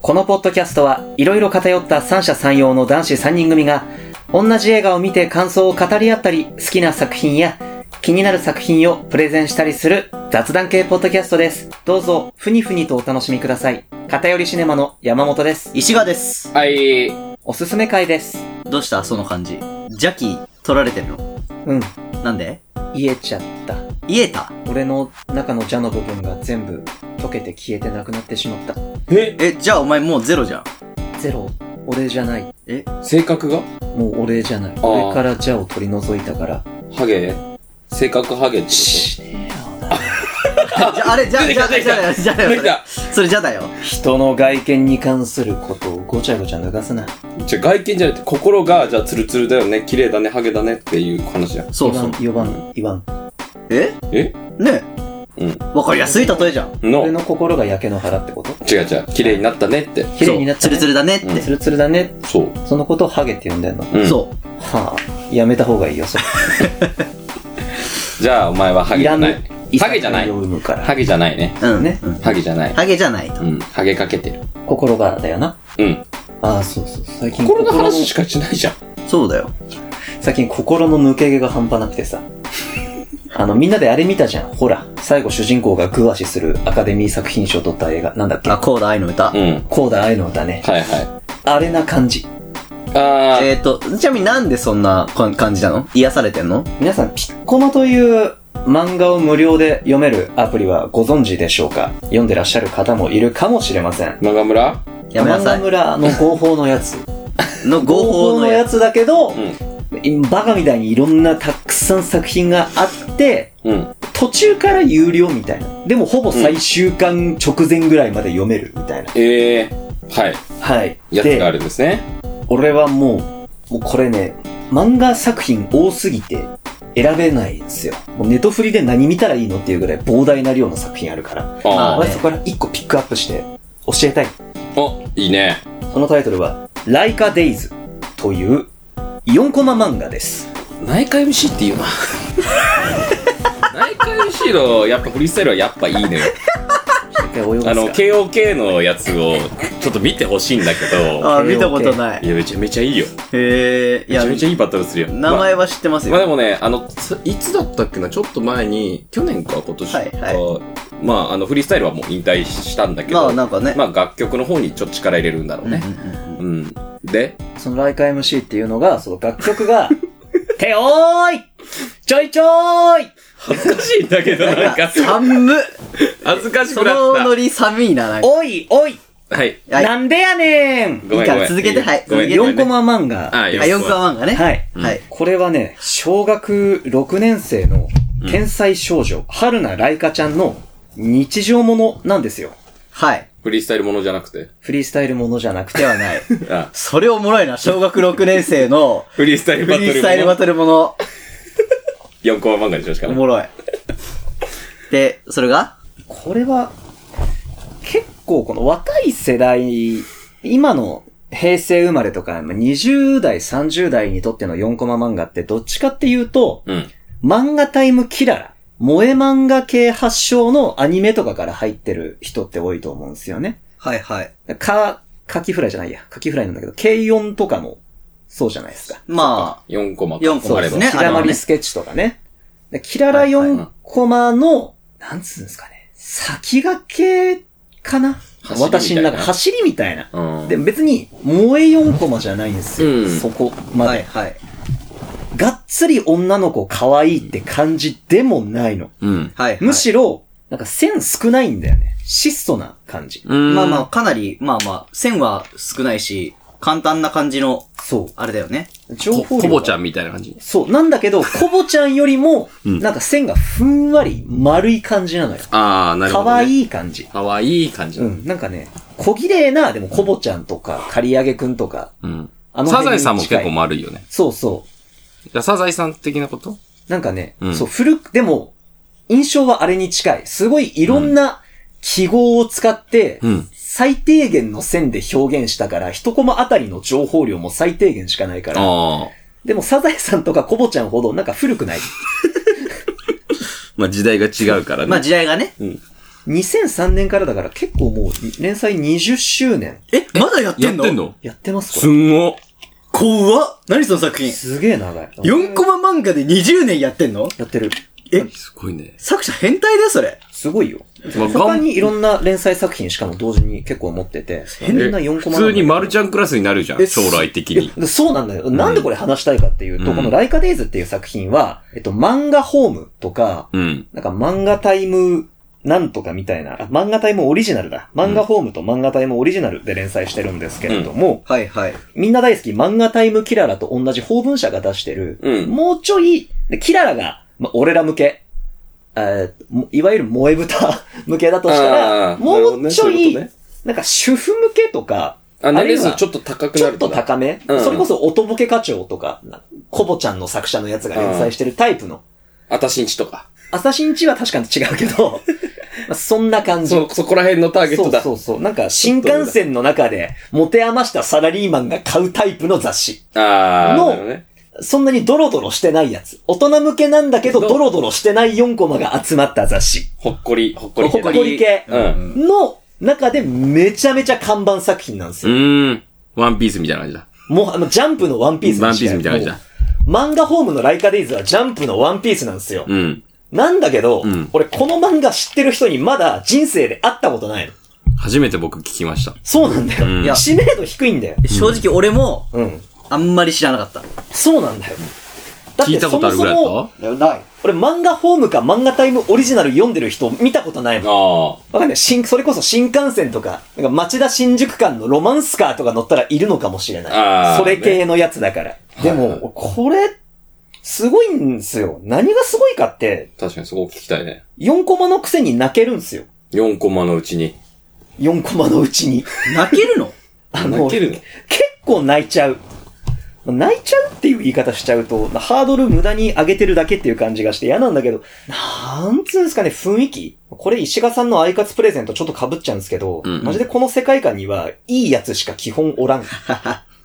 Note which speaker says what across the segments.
Speaker 1: このポッドキャストはいろいろ偏った三者三様の男子三人組が同じ映画を見て感想を語り合ったり好きな作品や気になる作品をプレゼンしたりする雑談系ポッドキャストです。どうぞふにふにとお楽しみください。偏りシネマの山本です。
Speaker 2: 石川です。
Speaker 3: はい。
Speaker 1: おすすめ会です。
Speaker 2: どうしたその感じ。ジャッキー取られてるの
Speaker 1: うん、
Speaker 2: なんで
Speaker 1: 言えちゃった。
Speaker 2: 言えた
Speaker 1: 俺の中の蛇の部分が全部溶けて消えてなくなってしまった。
Speaker 3: え
Speaker 2: え、じゃあお前もうゼロじゃん。
Speaker 1: ゼロ、俺じゃない。
Speaker 2: え
Speaker 3: 性格が
Speaker 1: もう俺じゃない。
Speaker 3: あー
Speaker 1: 俺から蛇を取り除いたから。
Speaker 3: ハゲ性格ハゲってこ
Speaker 1: しねえよ
Speaker 2: じゃあ、あれ、じゃあ、
Speaker 3: 出てき
Speaker 2: じゃ
Speaker 3: た
Speaker 2: あ、じゃあ、じゃあ、
Speaker 3: とでき
Speaker 2: じゃあ
Speaker 3: た
Speaker 2: それ、じゃだよ。
Speaker 1: 人の外見に関することをごちゃごちゃ脱がすな。
Speaker 3: じゃあ外見じゃなくて心が、じゃあツルツルだよね、綺麗だね、ハゲだねっていう話じゃん。
Speaker 2: そうそう。
Speaker 1: 言わん、言わん。
Speaker 2: え
Speaker 3: え
Speaker 2: ね
Speaker 3: うん。
Speaker 2: え。わかりやすい例えじゃん。
Speaker 3: の
Speaker 1: 俺、の心が焼け野原ってこと
Speaker 3: 違う違う、綺麗になったねって。
Speaker 1: 綺麗になった
Speaker 2: そうツル
Speaker 1: ね。
Speaker 2: ツルだねっ
Speaker 3: うん
Speaker 2: て。
Speaker 1: ツルツルだね。
Speaker 3: そう。
Speaker 1: そのことをハゲって呼んでんの。
Speaker 3: うん。
Speaker 2: そ
Speaker 1: はぁ、やめた方がいいよ、それ。
Speaker 3: じゃあお前はハゲじゃない。ハゲじゃない
Speaker 1: を。生むから。
Speaker 3: ハゲじゃないね。
Speaker 2: う。うん。
Speaker 1: ね
Speaker 2: うん
Speaker 3: ハゲじゃない。
Speaker 2: ハゲじゃないと
Speaker 3: う。ん。ハゲかけてる。
Speaker 1: 心がだよな。
Speaker 3: うん。
Speaker 1: ああ、そうそう。最近
Speaker 3: 心の話しかしないじゃん。
Speaker 2: そうだよ。
Speaker 1: 最近心の抜け毛が半端なくてさ。あの、みんなであれ見たじゃん。ほら、最後主人公がグアシするアカデミー作品賞を取った映画。なんだっけ
Speaker 2: あ、コーダ愛の歌
Speaker 3: う。ん。
Speaker 1: コーダ愛の歌ね。
Speaker 3: はいは
Speaker 1: あれな感じ。
Speaker 3: い。あー。
Speaker 2: えっと、ちなみになんでそんなこ感じなの癒されてんの
Speaker 1: 皆さん、ピッコマという漫画を無料で読めるアプリはご存知でしょうか読んでらっしゃる方もいるかもしれません。
Speaker 3: マガムラ
Speaker 2: やめなさ
Speaker 1: 漫画村の合法のやつ。
Speaker 2: い。の合
Speaker 1: 合
Speaker 2: 法
Speaker 1: 法
Speaker 2: の
Speaker 1: の
Speaker 2: や
Speaker 1: や
Speaker 2: つ。
Speaker 1: つだけど、
Speaker 3: う
Speaker 1: バカみたいにいろんなたくさん作品があって、
Speaker 3: ん。うん。
Speaker 1: 途中から有料みたいな。でもほぼ最終巻直前ぐらいまで読めるみたいな。
Speaker 3: えー。はい。
Speaker 1: はい。
Speaker 3: やつがあ
Speaker 1: で、
Speaker 3: るんですね。
Speaker 1: 俺はもう、もうこれね、漫画作品多すぎて選べないんですよ。もうネトフリで何見たらいいのっていうぐらい膨大な量の作品あるから。
Speaker 2: あね
Speaker 3: あ
Speaker 1: まずそこから一個ピックアップして教えたい。
Speaker 3: ー。お、いいね。
Speaker 1: そのタイトルは、ライカデイズという4コマ漫画です。
Speaker 3: 内科 MC って言うな内科 MC のやっぱフリースタイルはやっぱいいのよ
Speaker 1: 一回泳ぐ
Speaker 3: あの
Speaker 1: んすか
Speaker 3: KOK のやつをちょっと見てほしいんだけど
Speaker 2: あ、見たことない
Speaker 3: い。やめちゃめちゃいいよ
Speaker 2: へえ。い
Speaker 3: めち
Speaker 2: や
Speaker 3: ゃ、めちゃいいバトルするよ
Speaker 2: 名前は知ってます
Speaker 3: まあまあで
Speaker 2: よ。
Speaker 3: もね、あの、ついつだったっけな、ちょっと前に、去年か今年か、
Speaker 2: はいは
Speaker 3: まあ、あの、フリースタイルはもう引退したんだけ
Speaker 2: ま
Speaker 3: ど、
Speaker 2: あ、なんかね。
Speaker 3: まあ、楽曲の方にちょっと力入れるんだろうね。
Speaker 2: うんうんうん
Speaker 3: うん。で、
Speaker 1: そのライカ MC っていうのが、その楽曲が、 ておーいちょいちょーい
Speaker 3: 恥ずかしいんだけど、なん か、
Speaker 2: 寒っ
Speaker 3: 恥ずかし
Speaker 2: そ
Speaker 3: くな
Speaker 2: のノ
Speaker 3: っ
Speaker 2: リ寒いな、なんか。
Speaker 1: おいおい
Speaker 3: た。はい。
Speaker 2: はい
Speaker 1: なんでやねん
Speaker 3: ご
Speaker 2: い
Speaker 3: めんごめん。
Speaker 2: いから続けてはい
Speaker 3: ごめ
Speaker 2: 続
Speaker 3: ん
Speaker 2: けて
Speaker 3: ごめ
Speaker 1: 4
Speaker 3: んね
Speaker 1: コマ漫画。
Speaker 3: あ、
Speaker 2: あ、4コマ漫画ね。。
Speaker 1: はいい。
Speaker 3: うん
Speaker 2: はい。
Speaker 1: これはね、小学6年生の天才少女、春菜ライカちゃんの日常ものなんですよ。
Speaker 2: はい。
Speaker 3: フリースタイルものじゃなくて。
Speaker 1: フリースタイルものじゃなく
Speaker 2: で
Speaker 1: て。
Speaker 2: はない。
Speaker 3: あ、
Speaker 2: それおもろいな、小学6年生の
Speaker 3: フリースタイル
Speaker 2: フ
Speaker 3: バトル
Speaker 2: リースタイルバトルもの。
Speaker 3: 4コマ漫画でしょ、しか
Speaker 2: お
Speaker 3: も。
Speaker 2: もろい。で、 それが
Speaker 1: これは、結構この若い世代、今の平成生まれとか、まあ20代、30代にとっての4コマ漫画ってどっちかっていうと、
Speaker 3: うん。
Speaker 1: 漫画タイムキララ、萌え漫画系発祥のアニメとかから入ってる人って多いと思うんですよね。
Speaker 2: はいはい。
Speaker 1: か、カキフライじゃないや。カキフライなんだけど、軽音とかも、そうじゃないですか。
Speaker 2: ま
Speaker 3: 4コマ。
Speaker 2: 四コマ
Speaker 3: あ
Speaker 2: で
Speaker 3: れ
Speaker 2: す
Speaker 3: ば。
Speaker 2: ね
Speaker 1: キラマリスケッチとかね。でキララ4コマの、なんつうんですかね。先駆けかな
Speaker 3: 走りみたいな
Speaker 1: 私の中、走りみたいな。
Speaker 3: うん。
Speaker 1: で、別に、萌え4コマじゃないんですよ。
Speaker 3: うん
Speaker 1: そこ
Speaker 2: あ、
Speaker 1: まで、
Speaker 2: はいはい。
Speaker 1: がっつり女の子可愛いって感じでもないの。
Speaker 3: うん。
Speaker 2: はいはい。
Speaker 1: むしろ、なんか線少ないんだよね。質素な感じ。
Speaker 3: うん
Speaker 2: まあまあ、かなり、まあまあ、線は少ないし、簡単な感じの、
Speaker 1: そ
Speaker 2: あれだよね。
Speaker 1: う。情
Speaker 3: こ
Speaker 1: 報量
Speaker 3: こ
Speaker 1: が
Speaker 3: ぼちゃんみたいな感じ。
Speaker 1: そう。なんだけ ど、コボちゃんよりも、
Speaker 3: うん
Speaker 1: なんか線がふんわり丸い感じなのよ。
Speaker 3: ああ、なるほど。
Speaker 1: 可
Speaker 3: い。
Speaker 1: 愛い感じ。
Speaker 3: かわいい感じ
Speaker 1: う。ん。なんかね、小綺麗な、でもコボちゃんとか、刈り上げくんとか、
Speaker 3: うん。
Speaker 1: あの
Speaker 3: サ
Speaker 1: 辺
Speaker 3: ザエさんも
Speaker 1: に近い
Speaker 3: 結構丸いよね。
Speaker 1: そうそ
Speaker 3: じゃあサザエさん的なこと
Speaker 1: う。なんかね、
Speaker 3: うん
Speaker 1: そう、古く、でも、印象はあれに近い。すごいいろんな記号を使って、
Speaker 3: うん。
Speaker 1: 最低限の線で表現したから、一コマあたりの情報量も最低限しかないから。
Speaker 3: ああ。
Speaker 1: でも、サザエさんとかコボちゃんほどなんか古くない。
Speaker 3: まあ時代が違うからね。
Speaker 2: まあ時代がね。
Speaker 3: うん
Speaker 1: 2003年からだから結構もう連載20周年
Speaker 2: え、まだやってんの
Speaker 3: やってんの
Speaker 1: やってます
Speaker 3: す
Speaker 1: これ。
Speaker 3: んご。
Speaker 2: 怖っ何その作品
Speaker 1: すげえ長い。
Speaker 2: 4コマ漫画で20年やってんの
Speaker 1: やってる。
Speaker 2: え、
Speaker 3: すごいね。
Speaker 2: 作者変態だよ、それ。
Speaker 1: すごいよ。
Speaker 3: まあ
Speaker 1: 他にいろんな連載作品しかも同時に結構持ってて、みんな4コマな
Speaker 3: 普通
Speaker 1: んだ
Speaker 3: に
Speaker 1: よ
Speaker 3: マルちゃんクラスになるじゃん。
Speaker 2: え
Speaker 3: 将来的に。
Speaker 1: でそうなんだよ。なんでこれ話したいかっていうと、
Speaker 3: うん
Speaker 1: このライカデイズっていう作品は、えっと、漫画ホームとか、
Speaker 3: うん。
Speaker 1: なんか漫画タイムなんとかみたいな、あ漫画タイムオリジナルだ。漫画ホームと漫画タイムオリジナルで連載してるんですけれども、
Speaker 2: はいはい。
Speaker 1: みんな大好き漫画タイムキララと同じ法文社が出してる、
Speaker 3: うん
Speaker 1: もうちょい、でキララが、まあ、俺ら向け、えーもいわゆる萌え豚 向けだとした
Speaker 3: あ
Speaker 1: ら、
Speaker 3: ー
Speaker 1: もうちょい、
Speaker 3: なるほどねそういうこ
Speaker 1: なんか主婦向けとか、
Speaker 3: あ、年齢
Speaker 1: あるい
Speaker 3: 数
Speaker 1: は
Speaker 3: ちょっと高く
Speaker 1: ち
Speaker 3: な
Speaker 1: ょっ
Speaker 3: る
Speaker 1: と
Speaker 3: な
Speaker 1: 高め、
Speaker 3: うん
Speaker 1: それこそ音ボケ課長とか、なコボちゃんの作者のやつが連載してるタイプの。
Speaker 3: あたしんちとか。
Speaker 1: 朝新地は確かに違うけ ど、まあそんな感じ。
Speaker 3: そ、そこら辺のターゲッ
Speaker 1: そ
Speaker 3: ト
Speaker 1: う
Speaker 3: だ。
Speaker 1: そうそう。なんか新幹線の中で持て余したサラリーマンが買うタイプの雑誌。
Speaker 3: あー。
Speaker 1: の
Speaker 3: なるほどね
Speaker 1: そんなにドロドロしてないやつ。大人向けなんだけど、
Speaker 3: ど
Speaker 1: ドロドロしてない4コマが集まった雑誌。
Speaker 3: ほっこり、ほっこ
Speaker 1: ほ
Speaker 3: り
Speaker 1: っこり系
Speaker 3: うん。う
Speaker 1: の中でめちゃめちゃ看板作品なんですよ。
Speaker 3: ーん。ワンピースみたいな感じだ。
Speaker 1: もう、あの、ジャンプのワンピース
Speaker 3: ワ
Speaker 1: に
Speaker 3: ンピ
Speaker 1: 近
Speaker 3: ースみたいな感じ
Speaker 1: も
Speaker 3: だ。
Speaker 1: う漫画ホームのライカデイズはジャンプのワンピースなんですよ。
Speaker 3: うん。
Speaker 1: なんだけど、
Speaker 3: うん
Speaker 1: 俺この漫画知ってる人にまだ人生で会ったことないの。
Speaker 3: 初めて僕聞きました。
Speaker 1: そうなんだよ。
Speaker 3: うん
Speaker 1: いや知名度低いんだよ。
Speaker 2: 正直俺も、
Speaker 1: うん。
Speaker 2: あんまり知らなかった。
Speaker 1: そうなんだよ。だっ
Speaker 3: 聞
Speaker 1: て
Speaker 3: いた
Speaker 1: そ
Speaker 3: こと
Speaker 1: も
Speaker 3: ある
Speaker 1: そ
Speaker 3: ぐらいだ
Speaker 1: も、
Speaker 3: っ
Speaker 2: いや、ない。
Speaker 1: 俺漫画ホームか漫画タイムオリジナル読んでる人見たことない
Speaker 3: た
Speaker 1: の。
Speaker 3: ああ。
Speaker 1: わかんない。新、それこそ新幹線とか、なんか町田新宿間のロマンスカーとか乗ったらいるのかもしれない。
Speaker 3: あー
Speaker 1: それ系のやつだから。で
Speaker 3: はい
Speaker 1: も、これ、すごいんですよ。何がすごいかって、
Speaker 3: 確かにそこ聞きたいね。
Speaker 1: 4コマのくせに泣けるんですよ。
Speaker 3: 4コマのうちに。
Speaker 1: 4コマのうちに。
Speaker 2: 泣ける の
Speaker 1: あ
Speaker 3: 泣けるの
Speaker 1: 結構泣いちゃう。泣いちゃうっていう言い方しちゃうと、ハードル無駄に上げてるだけっていう感じがして嫌なんだけど、なんつうんですかね、雰囲気これ石賀さんのアイカツプレゼントちょっと被っちゃうんですけど、
Speaker 3: うんうん
Speaker 1: マジでこの世界観には、いいやつしか基本おらん。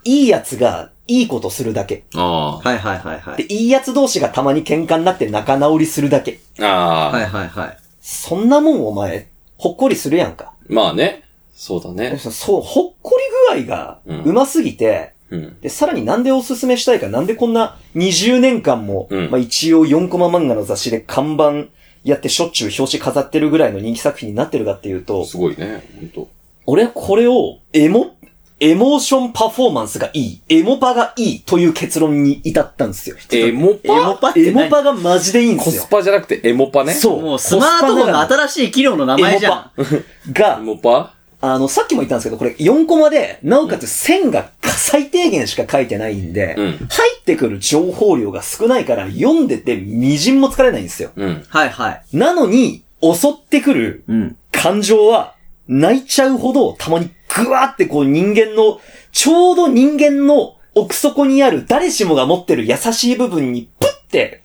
Speaker 1: いいやつが、いいことするだけ。
Speaker 3: あ
Speaker 2: はいはいはいは
Speaker 1: で、
Speaker 2: い。
Speaker 1: いいやつ同士がたまに喧嘩になって仲直りするだけ。
Speaker 3: あ。ああ。
Speaker 2: はいはいはい。
Speaker 1: そんなもんお前、ほっこりするやんか。
Speaker 3: まあね。そうだね。
Speaker 1: そう、ほっこり具合が、
Speaker 3: うん
Speaker 1: うますぎて、
Speaker 3: うん。
Speaker 1: で、さらになんでおすすめしたいか、なんでこんな20年間も、
Speaker 3: うん
Speaker 1: まあ一応4コマ漫画の雑誌で看板やってしょっちゅう表紙飾ってるぐらいの人気作品になってるかっていうと、
Speaker 3: すごいね。ほんと。
Speaker 1: 俺はこれをエモ、エモーションパフォーマンスがいい、エモパがいいという結論に至ったんですよ。
Speaker 3: エモ
Speaker 2: エモ
Speaker 3: パ
Speaker 2: パって
Speaker 1: エ
Speaker 2: 何
Speaker 1: モパがマジでいいんで
Speaker 3: コ
Speaker 1: す
Speaker 3: ス
Speaker 1: よ。
Speaker 3: パじゃなくてエモパね。
Speaker 1: そう。
Speaker 2: もうスマートフォンの
Speaker 1: コス
Speaker 2: 新しい機能の名前じゃん。
Speaker 1: パなら
Speaker 3: エ
Speaker 1: が、
Speaker 3: モパ
Speaker 1: あの、さっきも言ったんですけど、これ4コマで、なおかつ線が最低限しか書いてないんで、
Speaker 3: うん
Speaker 1: 入ってくる情報量が少ないから、読んでて微塵も疲れないんですよ。
Speaker 3: うん。
Speaker 2: はいはい。
Speaker 1: なのに、襲ってくる
Speaker 2: うん。
Speaker 1: 感情は、泣いちゃうほど、たまにグワーってこう人間の、ちょうど人間の奥底にある誰しもが持ってる優しい部分に、プッて、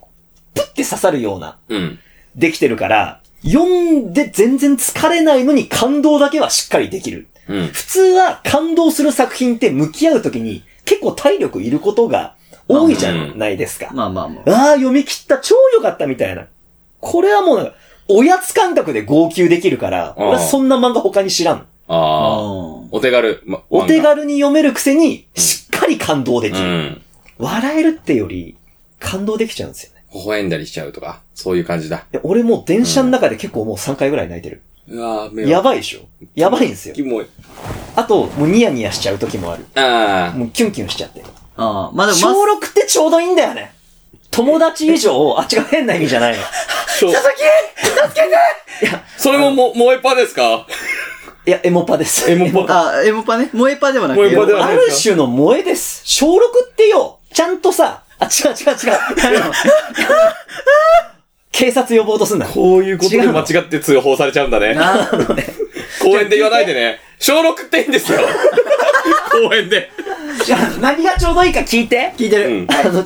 Speaker 1: プッて刺さるような、
Speaker 3: うん。
Speaker 1: できてるから、読んで全然疲れないのに感動だけはしっかりできる。
Speaker 3: うん。
Speaker 1: 普通は感動する作品って向き合うときに結構体力いることが多いじゃないですか。
Speaker 2: まあまあまあ。
Speaker 1: ああ、読み切った、超良かったみたいな。これはもうなんか、おやつ感覚で号泣できるから、
Speaker 3: うん
Speaker 1: 俺はそんな漫画他に知らん。
Speaker 3: ああ。
Speaker 2: ー
Speaker 3: お手軽。ま、
Speaker 1: お手
Speaker 3: 漫画
Speaker 1: 軽に読めるくせに、しっかり感動でき
Speaker 3: う
Speaker 1: る。
Speaker 3: ん。
Speaker 1: 笑えるってより、感動できちゃうんですよね。
Speaker 3: 微笑んだりしちゃうとか、そういう感じだ。
Speaker 1: いや俺もう電車の中で結構もう3回ぐらい泣いてる。
Speaker 3: うわぁ、目
Speaker 1: やばいでしょやばいんですよ
Speaker 3: キ。モい。
Speaker 1: あと、もうニヤニヤしちゃう時もある。
Speaker 3: ああ。
Speaker 1: もうキュンキュンしちゃって。
Speaker 2: あー。まあでもま
Speaker 1: 小6ってちょうどいいんだよね。友達以上、あ、違う、変な意味じゃない の。
Speaker 3: そう。佐々木助けていや、それもも、萌えパですか
Speaker 1: いや、エモパです。
Speaker 3: エモパ。
Speaker 2: あ、あー、エモパね。萌えパではなく
Speaker 3: 萌えパでは
Speaker 1: ある種の萌えです。小6ってよ、ちゃんとさ、あ、違う違う違う。警察呼ぼうとすん な。
Speaker 3: こういうことで
Speaker 1: 違うの
Speaker 3: 間違って通報されちゃうんだね。
Speaker 2: な
Speaker 3: 公園で言わないでね。小6っていいんですよ。公園で。
Speaker 1: じゃあ何がちょうどいいか聞いて。
Speaker 2: 聞いてる。
Speaker 3: うん
Speaker 1: あの、違う、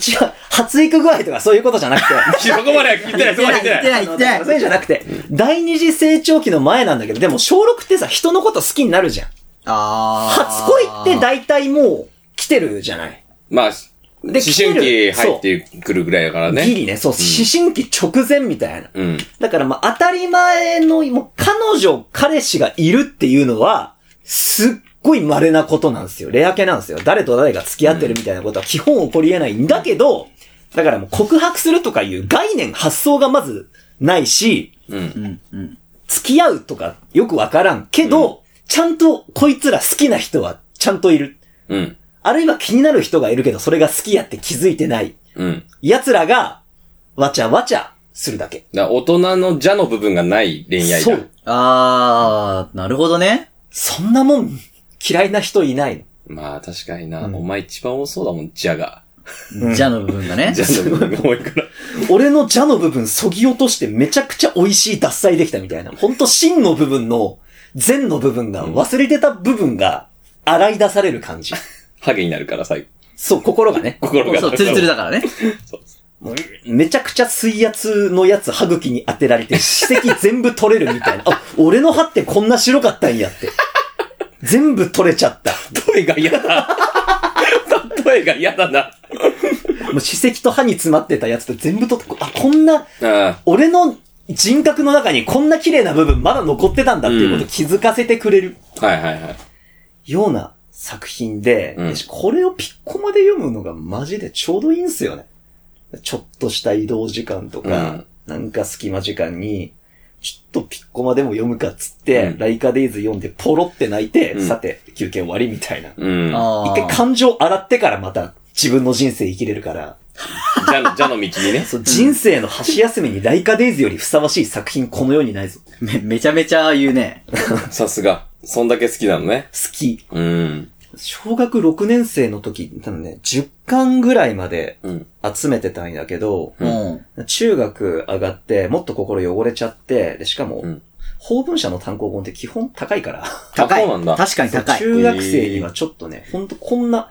Speaker 1: 発育具合とかそういうことじゃなくて。
Speaker 3: そこまでは聞いてない、そこまで聞いて
Speaker 2: 言って
Speaker 3: な
Speaker 2: な
Speaker 3: い。
Speaker 2: い、言ってない
Speaker 1: そういうんじゃなくて、第二次成長期の前なんだけど、でも小6ってさ、人のこと好きになるじゃん。
Speaker 2: あー。
Speaker 1: 初恋って大体もう来てるじゃない。
Speaker 3: まあ、
Speaker 1: で
Speaker 3: 思春期入
Speaker 1: る
Speaker 3: ってくるぐらいだから
Speaker 1: そう、
Speaker 3: ね。
Speaker 1: ギリね、そう、思春期直前みたいな。
Speaker 3: うん。
Speaker 1: だからまあ当たり前の、もう彼女、彼氏がいるっていうのは、すっごい稀なことなんですよ。レア系なんですよ。誰と誰が付き合ってるみたいなことは基本起こり得ないんだけど、だからもう告白するとかいう概念、発想がまずないし、
Speaker 3: うん。
Speaker 2: うん、うん。
Speaker 1: 付き合うとかよくわからんけど、ちゃんとこいつら好きな人はちゃんといる。
Speaker 3: うん。
Speaker 1: あるいは気になる人がいるけど、それが好きやって気づいてない。
Speaker 3: うん。
Speaker 1: 奴らが、わちゃわちゃするだけ。
Speaker 3: だから大人の邪の部分がない恋愛だ。
Speaker 1: そう。
Speaker 2: あー、なるほどね。
Speaker 1: そんなもん、嫌いな人いない
Speaker 3: まあ確かにな、
Speaker 1: うん
Speaker 3: お前一番多そうだもん、邪が。
Speaker 1: うん
Speaker 2: じゃの部分が ね。
Speaker 3: 邪の部分が多いから。
Speaker 1: 俺の蛇の部分そぎ落としてめちゃくちゃ美味しい脱菜できたみたいな。ほんと真の部分の、善の部分が、忘れてた部分が、洗い出される感じ。
Speaker 3: ハゲになるから、最後。
Speaker 1: そう、心がね。
Speaker 3: 心が。
Speaker 2: そう、ツルツルだからね。
Speaker 1: めちゃくちゃ水圧のやつ歯茎に当てられて、歯石全部取れるみたいな。あ、俺の歯ってこんな白かったんやって。全部取れちゃった。
Speaker 3: 例えが嫌だ。例えが嫌だな。
Speaker 1: もう歯石と歯に詰まってたやつと全部取って、あ、こんな、
Speaker 3: あ
Speaker 1: 俺の人格の中にこんな綺麗な部分まだ残ってたんだっていうことを気づかせてくれる
Speaker 3: あ。はいはいはい。
Speaker 1: ような作品で、
Speaker 3: うん
Speaker 1: これをピッコまで読むのがマジでちょうどいいんすよね。ちょっとした移動時間とか、なんか隙間時間に、ちょっとピッコマでも読むかっつって、
Speaker 3: うん
Speaker 1: ライカデイズ読んでポロって泣いて、
Speaker 3: うん
Speaker 1: さて、休憩終わりみたいな。
Speaker 3: うん。
Speaker 2: あ
Speaker 1: 一
Speaker 2: ー
Speaker 1: 回感情洗ってからまた自分の人生生きれるから、
Speaker 3: 邪の、邪の道にね。
Speaker 1: そう人生の箸休めにライカデイズよりふさわしい作品この世にないぞ。
Speaker 2: め、めちゃめちゃ言うね。
Speaker 3: さすが。そんだけ好きなのね。
Speaker 1: 好き。
Speaker 3: うん。
Speaker 1: 小学6年生の時、多分ね、10巻ぐらいまで
Speaker 3: うん。
Speaker 1: 集めてたんやけど、
Speaker 3: うん
Speaker 2: うん。
Speaker 1: 中学上がって、もっと心汚れちゃって、で、しかも、
Speaker 3: うん
Speaker 1: 法文社の単行本って基本高いから、
Speaker 2: 高い。
Speaker 3: あそうなんだ
Speaker 2: 確かに高い。
Speaker 1: 中学生にはちょっとね、ほんとこんな、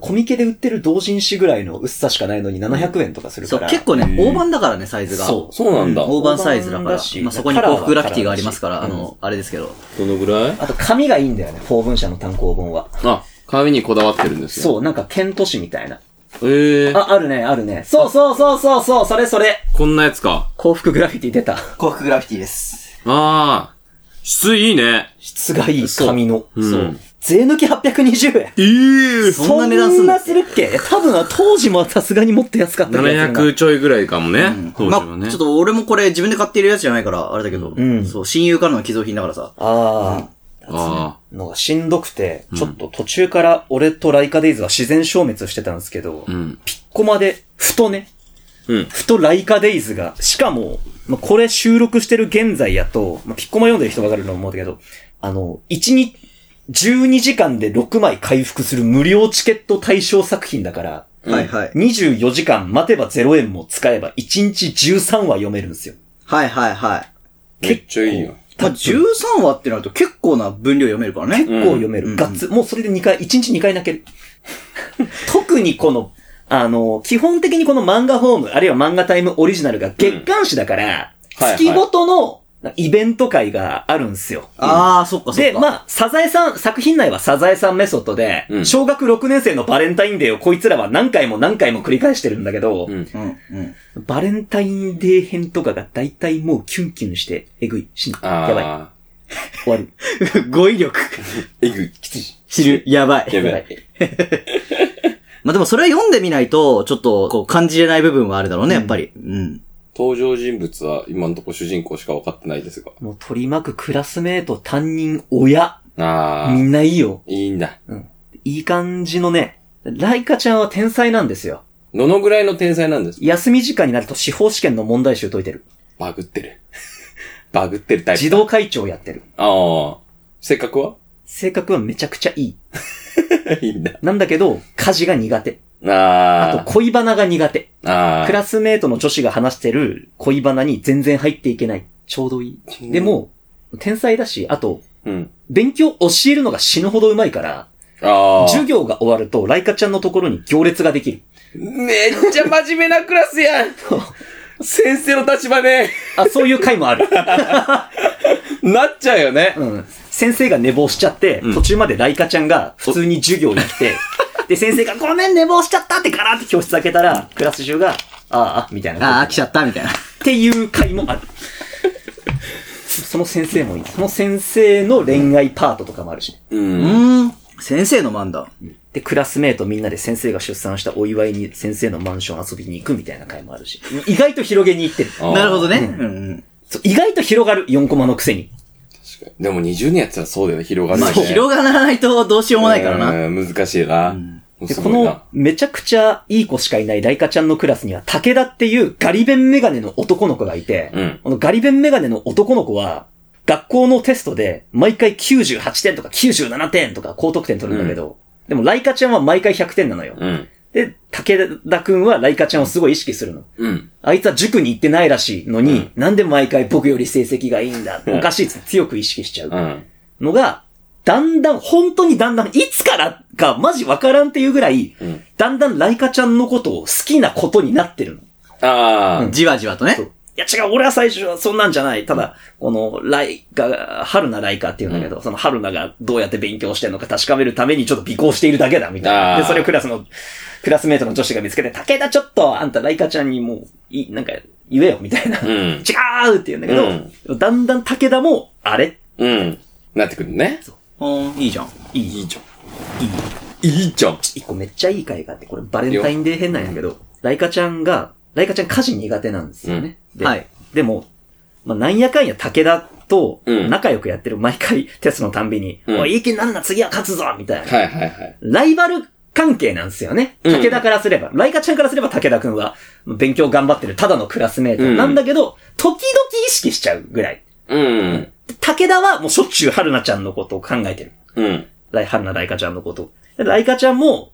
Speaker 1: コミケで売ってる同人誌ぐらいの薄さしかないのに700円とかする
Speaker 2: そ
Speaker 1: か
Speaker 2: う、
Speaker 1: ら。
Speaker 2: 結構ね、
Speaker 3: へー
Speaker 2: 大判だからね、サイズが。
Speaker 1: そ
Speaker 3: そうなんだ。
Speaker 2: 大判サイズだか
Speaker 1: 大判
Speaker 2: ら
Speaker 1: だし。
Speaker 2: まあ、そこに
Speaker 1: カラー
Speaker 2: 幸
Speaker 1: は
Speaker 2: 福ラッキーがありますから、
Speaker 1: カ
Speaker 2: あ
Speaker 1: ラーだし
Speaker 2: の、あれですけど。
Speaker 3: どのぐらい
Speaker 1: あと、紙がいいんだよね、法文社の単行本は。
Speaker 3: あ、髪にこだわってるんですよ。
Speaker 1: そう、なんか、剣都市みたいな。
Speaker 3: そう。ええー。
Speaker 1: あ、あるね、あるね。そうそうそうそうそう、それそれ。
Speaker 3: こんなやつか。
Speaker 1: 幸福グラフィティ出た。
Speaker 2: 幸福グラフィティです。
Speaker 3: ああ。質いいね。
Speaker 1: 質がいい紙の。
Speaker 3: うん
Speaker 1: そう。税抜き820円。
Speaker 3: ええー。
Speaker 2: そんな値段すんだ
Speaker 1: そんなするっけいや多分は当時もさすがにもっと安かった気がするな
Speaker 3: 700ちょいぐらいかもね。当時
Speaker 2: まあ、
Speaker 3: は
Speaker 2: ち
Speaker 3: ね。
Speaker 2: ょっと俺もこれ自分で買っているやつじゃないから、あれだけど、
Speaker 1: ん
Speaker 2: そう、親友からの寄贈品だからさ。
Speaker 1: あ
Speaker 3: あ
Speaker 1: あ。のがしんどくて、ちょっと途中から俺とライカデイズは自然消滅してたんですけど、
Speaker 3: あ。うん。
Speaker 1: ピッコマで、ふとね、
Speaker 3: うん。
Speaker 1: ふとライカデイズが、しかも、まあ、これ収録してる現在やと、まあ、ピッコマ読んでる人わかると思うんだけど、あの、1日、12時間で6枚回復する無料チケット対象作品だから、
Speaker 3: うん
Speaker 2: はいはい。
Speaker 1: 24時間待てば0円も使えば1日13話読めるんですよ。
Speaker 2: はいはいはい。
Speaker 3: めっちゃいいよ。
Speaker 2: まあ、13話ってなると結構な分量読めるからね。
Speaker 1: 結構読める。
Speaker 2: うん
Speaker 1: ガッツ。もうそれで2回、1日2回泣ける。 特にこの、あの、基本的にこの漫画ホーム、あるいは漫画タイムオリジナルが月刊誌だから、
Speaker 3: うんはいはい
Speaker 1: 月ごとのイベント会があるんすよ。
Speaker 2: ああ、そっかそっか。
Speaker 1: で、まあ、サザエさん、作品内はサザエさんメソッドで、
Speaker 3: うん
Speaker 1: 小学6年生のバレンタインデーをこいつらは何回も何回も繰り返してるんだけど、
Speaker 3: うん。
Speaker 2: うん、うん。
Speaker 1: バレンタインデー編とかが大体もうキュンキュンして、えぐい、死ぬ。やばい、
Speaker 3: ああ。
Speaker 1: 終わる。
Speaker 2: 語彙力。
Speaker 3: えぐい、きつい。
Speaker 2: 知る。やば
Speaker 3: や
Speaker 2: い。
Speaker 3: ば
Speaker 1: やば
Speaker 3: い。
Speaker 1: い
Speaker 2: まあでもそれは読んでみないと、ちょっと、こう、感じれない部分はあるだろうね、やっぱり。うん。
Speaker 3: 登場人物は今のとこ主人公しか分かってないですが。
Speaker 1: もう取り巻くクラスメート、担任、親、
Speaker 3: ああ。
Speaker 1: みんないいよ。
Speaker 3: いいんだ。
Speaker 1: いい感じのね、ライカちゃんは天才なんですよ。
Speaker 3: どのぐらいの天才なんですか
Speaker 1: 休み時間になると司法試験の問題集解いてる。
Speaker 3: バグってる。 バグってるタイプ。
Speaker 1: 自動会長やってる。
Speaker 3: ああ。性格は
Speaker 1: 性格はめちゃくちゃいい。
Speaker 3: いいんだ。
Speaker 1: なんだけど、家事が苦手。あ
Speaker 3: あ
Speaker 1: と恋バナが苦手。
Speaker 3: あ。ああ。
Speaker 1: クラスメートの女子が話してる恋バナに全然入っていけない。ちょうどい
Speaker 3: うん
Speaker 1: い。でも、天才だし、あと、
Speaker 3: うん。
Speaker 1: 勉強教えるのが死ぬほど上手いから、
Speaker 3: ああ
Speaker 1: 授。業が終わると、ライカちゃんのところに行列ができる。
Speaker 3: めっちゃ真面目なクラスやん先生の立場ね、
Speaker 1: あ、そういう回もある。
Speaker 3: なっちゃうよね。
Speaker 1: うん。先生が寝坊しちゃって、
Speaker 3: ん
Speaker 1: 途中までライカちゃんが普通に授業に来て、で、先生が、ごめん、寝坊しちゃったってガラって教室開けたら、クラス中が、ああ、みたいな。
Speaker 2: あー、飽きちゃった、みたいな。
Speaker 1: っていう回もある。 その先生もいい。その先生の恋愛パートとかもあるしね。
Speaker 3: うん。
Speaker 2: うーん。先生の漫談。
Speaker 1: で、クラスメートみんなで先生が出産したお祝いに先生のマンション遊びに行くみたいな回もあるし。意外と広げに行ってる。
Speaker 3: あー
Speaker 2: なるほどね。うん
Speaker 1: そう意外と広がる、4コマのくせに。
Speaker 3: 確かにでも20年やってたらそうだよね、広が
Speaker 2: う
Speaker 3: る
Speaker 2: ん。
Speaker 3: し
Speaker 2: まあ、
Speaker 3: ね。
Speaker 2: 広がらないとどうしようもないからな。
Speaker 3: うん。難しいな。もう
Speaker 1: で、
Speaker 3: す
Speaker 1: こ
Speaker 3: ご
Speaker 1: の
Speaker 3: いな。、
Speaker 1: めちゃくちゃいい子しかいないライカちゃんのクラスには、武田っていうガリ弁メガネの男の子がいて、
Speaker 3: うん
Speaker 1: このガリ弁メガネの男の子は、学校のテストで、毎回98点とか97点とか高得点取るんだけど、でもライカちゃんは毎回100点なのよ。
Speaker 3: うん。
Speaker 1: で、武田くんはライカちゃんをすごい意識するの。
Speaker 3: うん。
Speaker 1: あいつは塾に行ってないらしいのに、
Speaker 3: うん
Speaker 1: なんで毎回僕より成績がいいんだ、
Speaker 3: うん
Speaker 1: おかしいっつって強く意識しちゃう
Speaker 3: うん。
Speaker 1: のが、だんだん、本当にだんだん、いつからかマジわからんっていうぐらい、
Speaker 3: うん。
Speaker 1: だんだんライカちゃんのことを好きなことになってるの。
Speaker 3: あ
Speaker 2: じわじわとね
Speaker 1: そ。ういや違う、俺は最初はそんなんじゃない。ただ、この、ライカが、春菜ライカっていうんだけど、その春菜がどうやって勉強してるのか確かめるためにちょっと尾行しているだけだ、みたい
Speaker 3: あ
Speaker 1: な。
Speaker 3: ー
Speaker 1: で、それをクラスの、クラスメートの女子が見つけて、武田ちょっと、あんたライカちゃんにもう、い、なんか、言えよ、みたいな。
Speaker 3: あ。うん。
Speaker 1: 違うって言うんだけど、だんだん武田も、あれ
Speaker 3: うん。なってくるね。
Speaker 2: うん、いいじゃん。
Speaker 1: いい
Speaker 3: いいじゃん。いい。いいじゃん。
Speaker 1: 一個めっちゃいい回があって、これバレンタインデー変なんやけど、ライカちゃんが、ライカちゃん家事苦手なんですよね。で
Speaker 2: はい。
Speaker 1: でも、まあ、なんやかんや武田と
Speaker 3: うん
Speaker 1: 仲良くやってる、毎回テストのたんびに、
Speaker 3: うん
Speaker 1: おい、いい気になるな、次は勝つぞみたいな。
Speaker 3: はいはいはい。
Speaker 1: ライバル関係なんですよね。
Speaker 3: うん
Speaker 1: 武田からすれば、ライカちゃんからすれば武田くんは、勉強頑張ってる、ただのクラスメイト
Speaker 3: うん
Speaker 1: なんだけど、時々意識しちゃうぐらい。
Speaker 3: うん。
Speaker 1: で武田はもうしょっちゅう春菜ちゃんのことを考えてる。
Speaker 3: うん。
Speaker 1: ライ、春菜ライカちゃんのこと。でライカちゃんも、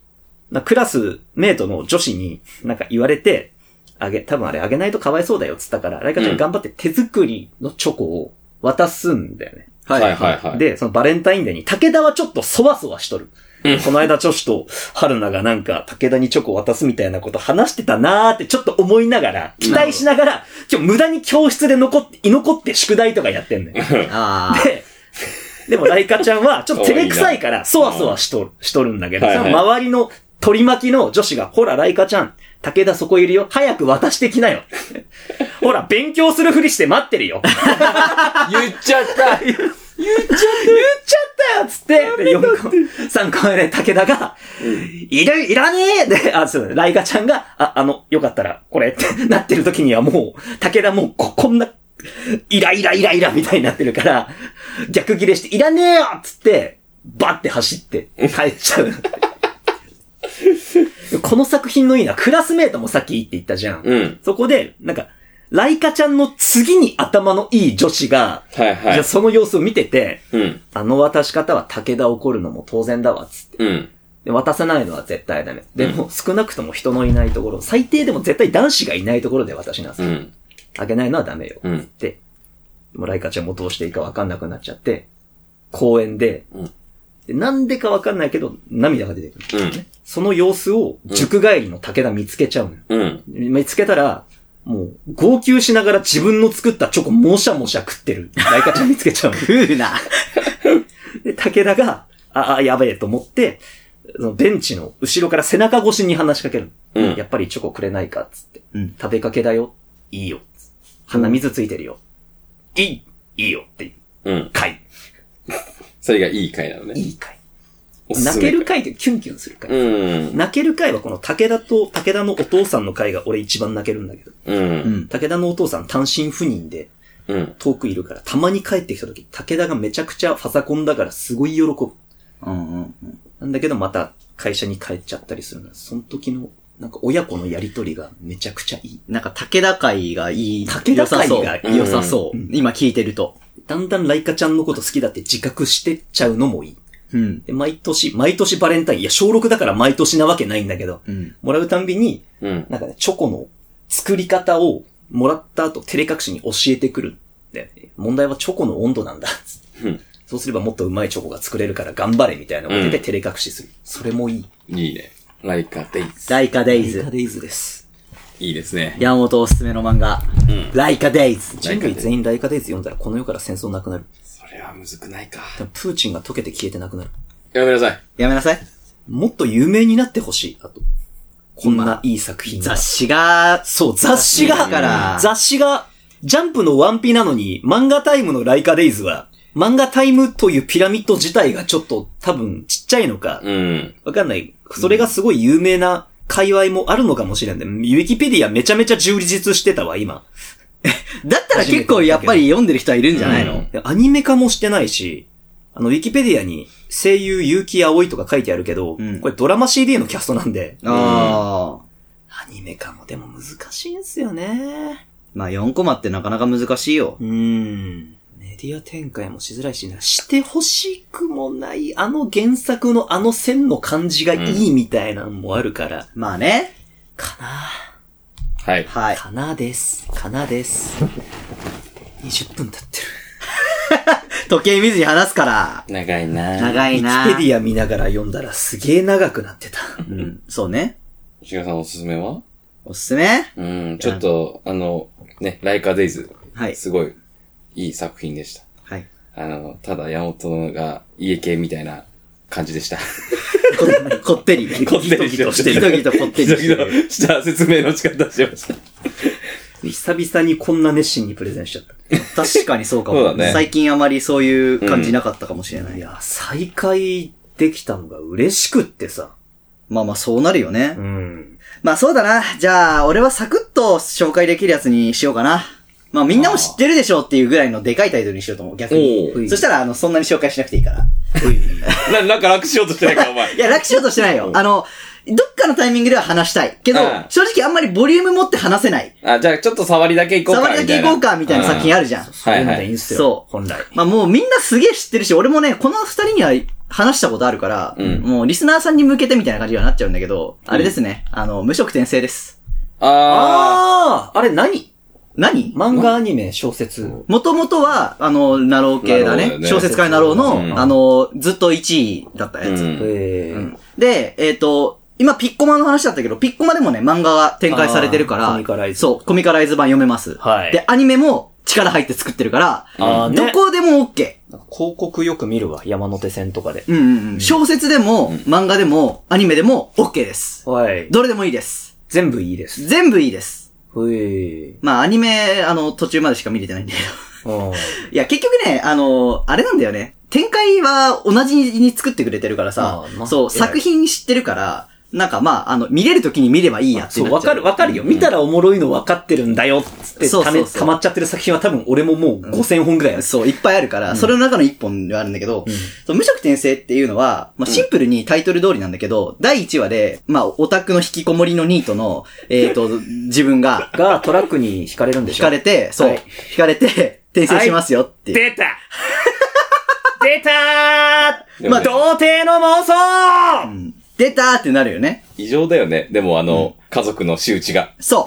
Speaker 1: なクラスメイトの女子になんか言われて、あげ、多分あれあげないとかわいそうだよっつったから、ライカちゃ
Speaker 3: うん
Speaker 1: ん頑張って手作りのチョコを渡すんだよね。
Speaker 3: は
Speaker 2: はい。
Speaker 3: はいはいい。
Speaker 1: で、そのバレンタインデーに武田はちょっとそわそわしとる。
Speaker 3: うん
Speaker 1: この間女子と春菜がなんか武田にチョコ渡すみたいなこと話してたなーってちょっと思いながら、期待しながら、今日無駄に教室で残って、居残って宿題とかやってんのよ。
Speaker 2: ああ。
Speaker 1: で、でもライカちゃんは、ちょっと照れくさいから、そわそわしとる、しとるんだけど、
Speaker 3: はい
Speaker 1: そ
Speaker 3: はい
Speaker 1: の周りの取り巻きの女子が、ほら、ライカちゃん、武田そこいるよ。早く渡してきな よ。ほら、勉強するふりして待ってるよ。言っちゃっ
Speaker 3: 言っちゃった
Speaker 1: たよっつって、で4個、3個目で武田が、いる、いらねえで、あ、そうだ、ライカちゃんが、あ、あの、よかったら、これってなってる時にはもう、武田もうこ、こんな、イライライライラみたいになってるから、逆ギレして、いらねえよっつって、バッて走って、帰っちゃ う。この作品のいいのは、クラスメートもさっきいいって言ったじゃん。
Speaker 3: うん。
Speaker 1: そこで、なんか、ライカちゃんの次に頭のいい女子が、
Speaker 3: はいは
Speaker 1: じ
Speaker 3: い
Speaker 1: ゃ。その様子を見てて、
Speaker 3: うん。
Speaker 1: あの渡し方は武田怒るのも当然だわ、つって。
Speaker 3: うん。
Speaker 1: で渡さないのは絶対ダメ。でも、少なくとも人のいないところ、最低でも絶対男子がいないところで渡しな
Speaker 3: う
Speaker 1: さい。
Speaker 3: ん。
Speaker 1: あげないのはダメよ。
Speaker 3: うん
Speaker 1: つって、もうライカちゃんもどうしていいかわかんなくなっちゃって、公園で
Speaker 3: うん、
Speaker 1: でなんでかわかんないけど、涙が出てくる。
Speaker 3: うん。
Speaker 1: その様子を、塾帰りの武田見つけちゃうのよ。
Speaker 3: うん。
Speaker 1: 見つけたら、もう、号泣しながら自分の作ったチョコもしゃもしゃ食ってる。ライカちゃん見つけちゃうの。
Speaker 2: 食うな。
Speaker 1: で、武田が、あ、あ、やべえと思って、そのベンチの後ろから背中越しに話しかけるの。
Speaker 3: うん
Speaker 1: やっぱりチョコくれないかっつって。
Speaker 2: うん
Speaker 1: 食べかけだよ。いいよ。鼻水ついてるよ。いい。いいよっていう
Speaker 3: うん。
Speaker 1: 回。
Speaker 3: それがいい回なのね。
Speaker 1: いい回。
Speaker 3: おすす
Speaker 1: 泣け
Speaker 3: め
Speaker 1: る回ってキュンキュンする回。
Speaker 3: うん。
Speaker 1: 泣ける回はこの武田と武田のお父さんの回が俺一番泣けるんだけど。
Speaker 3: う。
Speaker 2: うんん。
Speaker 1: 武田のお父さん単身赴任で
Speaker 3: うん。
Speaker 1: 遠くいるから、たまに帰ってきた時、武田がめちゃくちゃファザコンだからすごい喜ぶ。
Speaker 2: うんうんうん。
Speaker 1: なんだけどまた会社に帰っちゃったりするの。その時の、なんか親子のやりとりがめちゃくちゃいい。
Speaker 2: なんか、武田会がいい。
Speaker 1: 武田会がいい
Speaker 2: 良さそう。
Speaker 1: うん
Speaker 2: 今聞いてると。
Speaker 1: だんだんライカちゃんのこと好きだって自覚してっちゃうのもいい。
Speaker 2: うん。
Speaker 1: で、毎年、毎年バレンタイン、いや、小6だから毎年なわけないんだけど、
Speaker 2: うん。
Speaker 1: もらうたんびに、
Speaker 3: うん。
Speaker 1: なんかね、チョコの作り方をもらった後、照れ隠しに教えてくるって。問題はチョコの温度なんだ。
Speaker 3: うん
Speaker 1: そうすればもっとうまいチョコが作れるから頑張れみたいなのを出て照れ隠しする。それもいい。
Speaker 3: いいね。ライカデイズ。
Speaker 2: ライカデイ
Speaker 1: ライカ
Speaker 2: ズ。
Speaker 1: デイズです。
Speaker 3: いいですね。
Speaker 2: 山本おすすめの漫画。
Speaker 3: うん。
Speaker 2: ライカデイズ。
Speaker 1: 人類全員ライカデイズ読んだらこの世から戦争なくなる。
Speaker 3: それはむずくないか。
Speaker 1: でもプーチンが溶けて消えてなくなる。
Speaker 3: やめなさい。
Speaker 2: やめなさい。
Speaker 1: もっと有名になってほしい、あと。こんないい作品が。
Speaker 2: 雑誌が、
Speaker 1: そう、雑誌が、
Speaker 2: だから
Speaker 1: 雑誌が、ジャンプのワンピなのに、漫画タイムのライカデイズは、漫画タイムというピラミッド自体がちょっと多分ちっちゃいのか、
Speaker 3: うん。
Speaker 1: わかんない。それがすごい有名な界隈もあるのかもしれない。ウィキペディアめちゃめちゃ充実してたわ、今。
Speaker 2: だったら結構やっぱり読んでる人はいるんじゃないの、
Speaker 3: うん
Speaker 1: でアニメ化もしてないし、あの、ウィキペディアに声優結城葵とか書いてあるけど、
Speaker 2: うん
Speaker 1: これドラマ CD のキャストなんで、
Speaker 2: ああ。
Speaker 1: アニメ化もでも難しいんすよね。
Speaker 2: まあ4コマってなかなか難しいよ。
Speaker 1: うーん。メディア展開もしづらいしな、してほしくもない、あの原作のあの線の感じがいいみたいなのもあるから、
Speaker 2: まあね。
Speaker 1: かな
Speaker 3: はい。
Speaker 2: はい。
Speaker 1: かなです。かなです。20分経ってる。
Speaker 2: 時計見ずに話すから。
Speaker 3: 長いな
Speaker 2: 長いな
Speaker 1: ウィキペディア見ながら読んだらすげえ長くなってた。
Speaker 2: うん。そうね。
Speaker 3: 石川さんおすすめは
Speaker 2: おすすめ
Speaker 3: うん、ちょっと、あの、ね、ライカデイズ。
Speaker 2: はい
Speaker 3: すごい、いい作品でした。
Speaker 2: はい。
Speaker 3: あの、ただ、山本が家系みたいな感じでした。
Speaker 2: こってり。
Speaker 3: こってりしてま
Speaker 2: し
Speaker 3: した
Speaker 2: てる。ギトギトこってりし
Speaker 3: ひど
Speaker 2: て
Speaker 3: ひど
Speaker 2: る。
Speaker 3: した説明の仕方してました。
Speaker 1: 久々にこんな熱心にプレゼンしちゃった。
Speaker 2: 確かにそうか
Speaker 3: そう
Speaker 2: も
Speaker 3: だ。ね
Speaker 2: 最近あまりそういう感じなかったかもしれない
Speaker 1: い。や、再会できたのが嬉しくってさ。
Speaker 2: まあまあそうなるよね。
Speaker 1: ん。
Speaker 2: まあそうだな。じゃあ、俺はサクッと紹介できるやつにしようかな。まあみんなも知ってるでしょうっていうぐらいのでかいタイトルにしようと思う、逆に
Speaker 3: お。
Speaker 1: う
Speaker 2: そしたら、あの、そんなに紹介しなくていいから。
Speaker 3: な、なんか楽しようとしてないか、お前
Speaker 2: い。や、楽しようとしてないよ。あの、どっかのタイミングでは話したい。けど
Speaker 3: ああ、
Speaker 2: 正直あんまりボリューム持って話せない。
Speaker 3: あ、じゃあ、ちょっと触りだけ行こうか。
Speaker 2: 触りだけいこうか、みたいな作品あるじゃん。
Speaker 1: そういうのでいいんすよ。
Speaker 2: はいはい
Speaker 1: そう。本来。
Speaker 2: まあもうみんなすげえ知ってるし、俺もね、この二人には話したことあるから、
Speaker 3: うん
Speaker 2: もうリスナーさんに向けてみたいな感じにはなっちゃうんだけど、あれですね、あの、無色転生です。
Speaker 3: あ
Speaker 1: あああれ何
Speaker 2: 何
Speaker 1: 漫画、アニメ、小説。
Speaker 2: もともとは、あの、ナロー系だ
Speaker 3: ナローだ
Speaker 2: ね
Speaker 3: よ。ね
Speaker 2: 小説家になろうの、
Speaker 3: うん
Speaker 2: あの、ずっと1位だった
Speaker 3: ー。
Speaker 2: やつ。
Speaker 3: うん
Speaker 1: え
Speaker 2: うんで、えっ、と、今、ピッコマの話だったけど、ピッコマでもね、漫画が展開されてるか
Speaker 1: あ
Speaker 2: ら、
Speaker 1: ーコミカライズ
Speaker 2: そう、コミカライズ版読めます。
Speaker 1: はい
Speaker 2: で、アニメも力入って作ってるから、
Speaker 1: あーね
Speaker 2: どこでも OK。
Speaker 1: なんか広告よく見るわ。山手線とかで。
Speaker 2: うんうんうん。小説でも、漫画でも、アニメでも OK です。
Speaker 1: はい。
Speaker 2: どれでもいいです。
Speaker 1: 全部いいです。
Speaker 2: 全部いいです。
Speaker 1: ふえ
Speaker 2: まあ、アニメ、あの、途中までしか見れてないんだけど。
Speaker 1: うん。
Speaker 2: いや、結局ね、あの、あれなんだよね。展開は同じに作ってくれてるからさ
Speaker 1: あーま、あ
Speaker 2: そう、
Speaker 1: 偉い
Speaker 2: 作品知ってるから、なんかまあ、あの、見れる時に見ればいいやって
Speaker 1: そ
Speaker 2: な
Speaker 1: う、
Speaker 2: っちゃ
Speaker 1: わかる、わかるよ。見たらおもろいのわかってるんだよ、つって、
Speaker 2: そう
Speaker 1: た
Speaker 2: そう
Speaker 1: め、
Speaker 2: そう
Speaker 1: 溜まっちゃってる作品は多分俺ももう5000本ぐらいある。
Speaker 2: そう、いっぱいあるから、それの中の一本ではあるんだけど、そう無色転生っていうのは、まあ、シンプルにタイトル通りなんだけど、第1話で、まあ、オタクの引きこもりのニートの、えっ、 と、自分が、
Speaker 1: が、トラックに惹かれるんでし
Speaker 2: 引
Speaker 1: ょ
Speaker 2: かれて、そう、
Speaker 1: はい
Speaker 2: 引かれて、 転生しますよっていう。
Speaker 1: 出た 出たー
Speaker 3: まあ
Speaker 1: 童貞の妄想
Speaker 2: うん出たーってなるよね。
Speaker 3: 異常だよね。でも、あの、家族の仕打ちが。
Speaker 2: そう。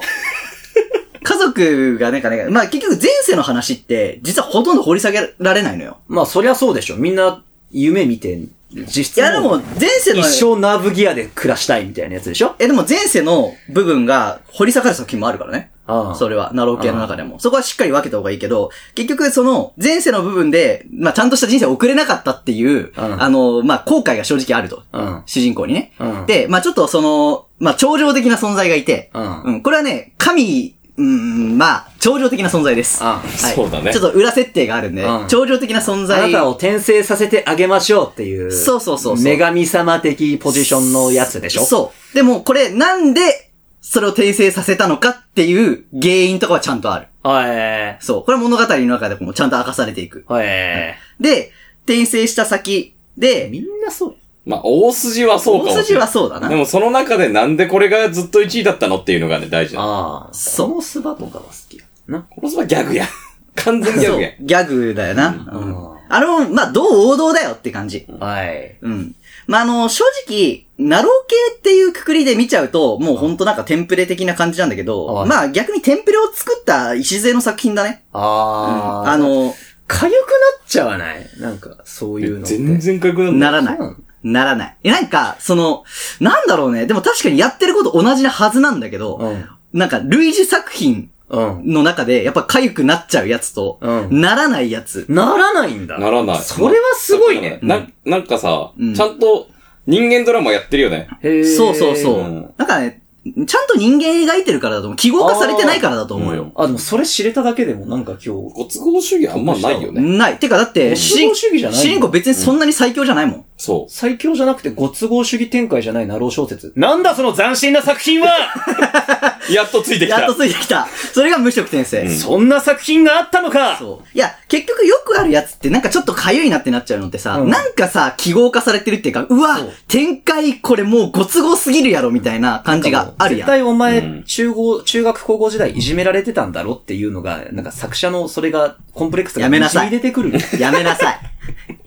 Speaker 2: 家族がなんかね、まあ結局前世の話って、実はほとんど掘り下げられないのよ。
Speaker 1: まあ、そりゃそうでしょ。みんな、夢見て、実質
Speaker 2: いやでも、前世の、
Speaker 1: 一生ナーブギアで暮らしたいみたいなやつでしょ
Speaker 2: え、でも前世の部分が掘り下がる作品もあるからね。
Speaker 1: ああ
Speaker 2: それは、ナロー系の中でも。そこはしっかり分けた方がいいけど、結局その前世の部分で、まあちゃんとした人生を送れなかったっていう、
Speaker 1: うん
Speaker 2: あの、まあ後悔が正直あると。
Speaker 1: うん
Speaker 2: 主人公にね。
Speaker 1: うん
Speaker 2: で、まあちょっとその、まあ頂上的な存在がいて、
Speaker 1: うん
Speaker 2: これはね、神、うん、まあ、頂上的な存在です。
Speaker 1: うん
Speaker 2: はい、
Speaker 3: そうだね
Speaker 2: ちょっと裏設定があるんで、
Speaker 1: うん
Speaker 2: 頂上的な存
Speaker 1: あ
Speaker 2: 在。
Speaker 1: なたを転生させてあげましょうっていう。
Speaker 2: そうそうそうそう
Speaker 1: 女神様的ポジションのやつでしょ
Speaker 2: そう。でも、これ、なんで、それを転生させたのかっていう原因とかはちゃんとある。
Speaker 1: う。はい。
Speaker 2: そう。これは物語の中でもちゃんと明かされていく。
Speaker 1: はい。
Speaker 2: で、転生した先で、
Speaker 1: みんなそうよ
Speaker 3: まあ、大筋はそう
Speaker 2: 大
Speaker 3: かもしれない。
Speaker 2: 筋はそうだな
Speaker 3: で。も、その中でなんでこれがずっと1位だったのっていうのがね、大事なの。
Speaker 1: ああ。そのスバとかは好きや。な。
Speaker 3: このそばギャグや。 完全ギャ
Speaker 2: そう
Speaker 3: グや。
Speaker 2: ギャグだよな。うん
Speaker 1: うん
Speaker 2: あれも、まあ、どう王道だよって感じ。
Speaker 1: はい。
Speaker 2: うん。まあ、あの、正直、ナロー系っていうくくりで見ちゃうと、もうほんとなんかテンプレ的な感じなんだけど、
Speaker 1: はい
Speaker 2: まあ、逆にテンプレを作った礎の作品だね。うん
Speaker 1: ああ。
Speaker 2: あ、の、
Speaker 1: かゆくなっちゃわないなんか、そういうのって。
Speaker 3: 全然かっこよくな。
Speaker 2: ないらない
Speaker 1: そうなの。
Speaker 2: ならない。え、なんか、その、なんだろうね。でも確かにやってること同じなはずなんだけ
Speaker 1: う
Speaker 2: ど、
Speaker 1: ん。
Speaker 2: なんか、類似作品
Speaker 1: うん。
Speaker 2: の中で、やっぱ痒くなっちゃうやつと、
Speaker 1: うん
Speaker 2: ならないやつ。
Speaker 1: ならないんだ。
Speaker 3: ならない
Speaker 1: それはすごいね。
Speaker 3: な、なんかさ
Speaker 2: うん、
Speaker 3: ちゃんと、人間ドラマやってるよね。
Speaker 2: そうそうそう
Speaker 3: うん。
Speaker 2: なんかね、ちゃんと人間描いてるからだと思う。記号化されてないからだと思うよ。
Speaker 1: あ、でもそれ知れただけでもなんか今日。
Speaker 3: ご都合主義あんまないよね。
Speaker 2: ない。てかだって、
Speaker 1: 主義じゃない
Speaker 2: 主人公別にそんなに最強じゃないもん。
Speaker 3: そ
Speaker 1: 最強じゃなくてご都合主義展開じゃないナロー小説。なんだその斬新な作品は
Speaker 3: う。やっとついてきた。
Speaker 2: やっとついてきた。それが無職転生。
Speaker 3: うん
Speaker 1: そんな作品があったのか
Speaker 2: そう。いや、結局よくあるやつってなんかちょっと痒いなってなっちゃうのってさ、
Speaker 1: うん
Speaker 2: なんかさ、記号化されてるっていうか、うわ
Speaker 1: そう
Speaker 2: 展開これもうご都合すぎるやろみたいな感じがあるや
Speaker 1: 絶対
Speaker 2: ん。
Speaker 1: お
Speaker 3: う
Speaker 1: 前
Speaker 3: ん、
Speaker 1: 中高、中学高校時代いじめられてたんだろっていうのが、なんか作者のそれが、コンプレックスが
Speaker 2: やめなさい
Speaker 1: にじみ出てくる
Speaker 2: やめなさい。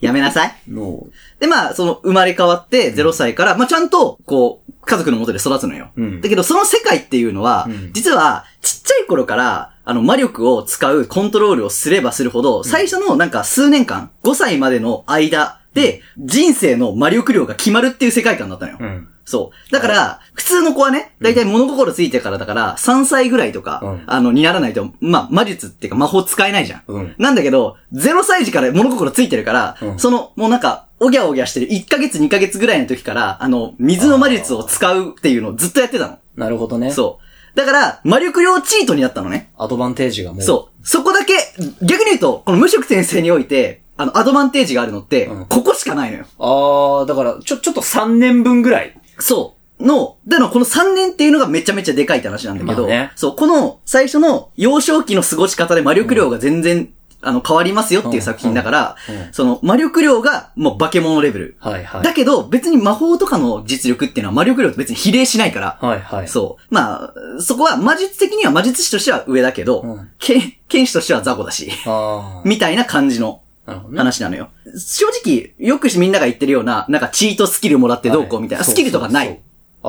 Speaker 2: やめなさい。
Speaker 1: の を。
Speaker 2: で、まあ、その、生まれ変わって0歳から、まあ、ちゃんと、こう、家族のもとで育つのよ。
Speaker 1: うん
Speaker 2: だけど、その世界っていうのは、
Speaker 1: ん
Speaker 2: 実は、ちっちゃい頃から、あの、魔力を使うコントロールをすればするほど、最初のなんか数年間、5歳までの間で、人生の魔力量が決まるっていう世界観だったのよ。
Speaker 1: うん。
Speaker 2: そう。だから、普通の子はね、だいたい物心ついてからだから、3歳ぐらいとか、
Speaker 1: うん
Speaker 2: あの、にならないと、まあ、魔術っていうか魔法使えないじゃん。
Speaker 1: うん。
Speaker 2: なんだけど、0歳児から物心ついてるから、
Speaker 1: うん
Speaker 2: その、もうなんか、おぎゃおぎゃしてる1ヶ月2ヶ月ぐらいの時から、あの、水の魔術を使うっていうのをずっとやってたの。
Speaker 1: なるほどね。
Speaker 2: そう。だから、魔力用チートになったのね。
Speaker 1: アドバンテージがもう。
Speaker 2: そう。そこだけ、逆に言うと、この無職先生において、あの、アドバンテージがあるのって、
Speaker 1: うん
Speaker 2: ここしかないのよ。
Speaker 1: あー、だから、ちょ、ちょっと3年分ぐらい。
Speaker 2: そう。の、だからこの3年っていうのがめちゃめちゃでかいって話なんだけど、
Speaker 1: まあね
Speaker 2: そう、この最初の幼少期の過ごし方で魔力量が全然、あの、変わりますよっていう作品だから、
Speaker 1: うんうん
Speaker 2: その魔力量がもう化け物レベル。
Speaker 1: はいは
Speaker 2: だけど、別に魔法とかの実力っていうのは魔力量と別に比例しないから、
Speaker 1: はいはい。
Speaker 2: そう。まあ、そこは魔術的には魔術師としては上だけど、
Speaker 1: うん
Speaker 2: け剣士としては雑魚だし、
Speaker 1: あー。
Speaker 2: みたいな感じの
Speaker 1: なるほどね。
Speaker 2: 話なのよ。正直、よくしみんなが言ってるような、なんかチートスキルもらってどうこうみたいな、
Speaker 1: は
Speaker 2: スキルとかない。。
Speaker 1: そうそうそうあ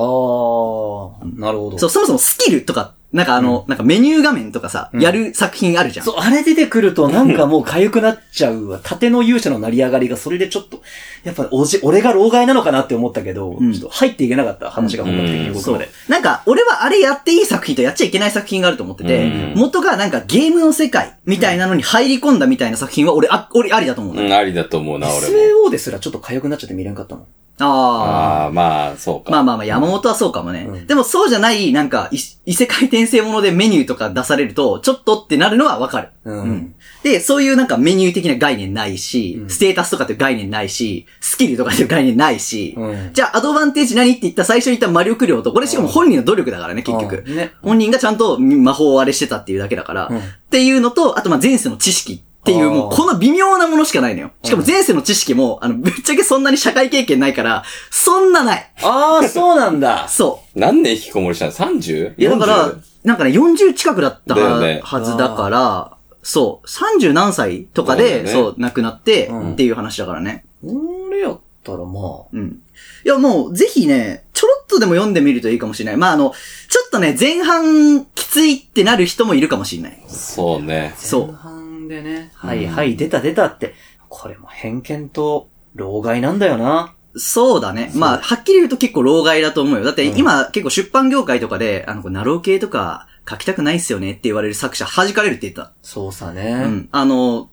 Speaker 1: ー、なるほど。
Speaker 2: そう、そもそもスキルとか、なんかあの、なんかメニュー画面とかさ、やる作品あるじゃん。
Speaker 1: そう、あれ出てくるとなんかもう痒くなっちゃう わ。盾の勇者の成り上がりがそれでちょっと、やっぱおじ、俺が老害なのかなって思ったけど、
Speaker 2: ん
Speaker 1: ちょっと入っていけなかった話が本格的に動く
Speaker 2: そ
Speaker 1: ま
Speaker 2: う
Speaker 1: で。。
Speaker 2: なんか、俺はあれやっていい作品とやっちゃいけない作品があると思ってて、
Speaker 3: うん
Speaker 2: 元がなんかゲームの世界みたいなのに入り込んだみたいな作品は俺、あ、俺ありだと思うのよ、
Speaker 3: うん、ありだと思うな、俺も。
Speaker 1: SAO ですらちょっと痒くなっちゃって見れんかったもん。
Speaker 2: ああ。
Speaker 3: ああ、まあ、そうか。
Speaker 2: まあまあまあ、山本はそうかもね。
Speaker 1: うん
Speaker 2: でもそうじゃない、なんか、い異世界転生ものでメニューとか出されると、ちょっとってなるのはわかる。
Speaker 1: うん
Speaker 2: で、そういうなんかメニュー的な概念ないし、
Speaker 1: うん
Speaker 2: ステータスとかっていう概念ないし、スキルとかっていう概念ないし、
Speaker 1: うん
Speaker 2: じゃあアドバンテージ何って言った最初に言った魔力量と、これしかも本人の努力だからね、結局
Speaker 1: あ。ーね。
Speaker 2: 本人がちゃんと魔法をあれしてたっていうだけだから、
Speaker 1: うん
Speaker 2: っていうのと、あとまあ前世の知識っていう
Speaker 1: あー
Speaker 2: もうこの微妙なものしかないのよ。しかも前世の知識も、あの、ぶっちゃけそんなに社会経験ないから、そんなない。
Speaker 1: ああ、そうなんだ。
Speaker 2: そ
Speaker 3: 何年引きこもりしたの ?30?
Speaker 2: う。いや、だから、なんかね、40近くだった
Speaker 3: だよね
Speaker 2: はずだから、そう、30何歳とか
Speaker 3: だよ
Speaker 2: で、
Speaker 3: ね
Speaker 2: そう、亡くなって、
Speaker 1: うん
Speaker 2: っていう話だからね。
Speaker 1: 俺やったらま
Speaker 2: うん。いや、もう、ぜひね、ちょろっとでも読んでみるといいかもしれない。まあ、あの、ちょっとね、前半きついってなる人もいるかもしれない。
Speaker 3: そうね。
Speaker 1: あ、
Speaker 2: そう
Speaker 1: 前半でね、はいはい、出た出たって、これも偏見と、老害なんだよな。
Speaker 2: そうだね。まあ、はっきり言うと結構老害だと思うよ。だって今、結構出版業界とかで、あの、こうナロー系とか書きたくないっすよねって言われる作者弾かれるって言った。
Speaker 1: そうさ
Speaker 2: う
Speaker 1: ね。
Speaker 2: ん。あの、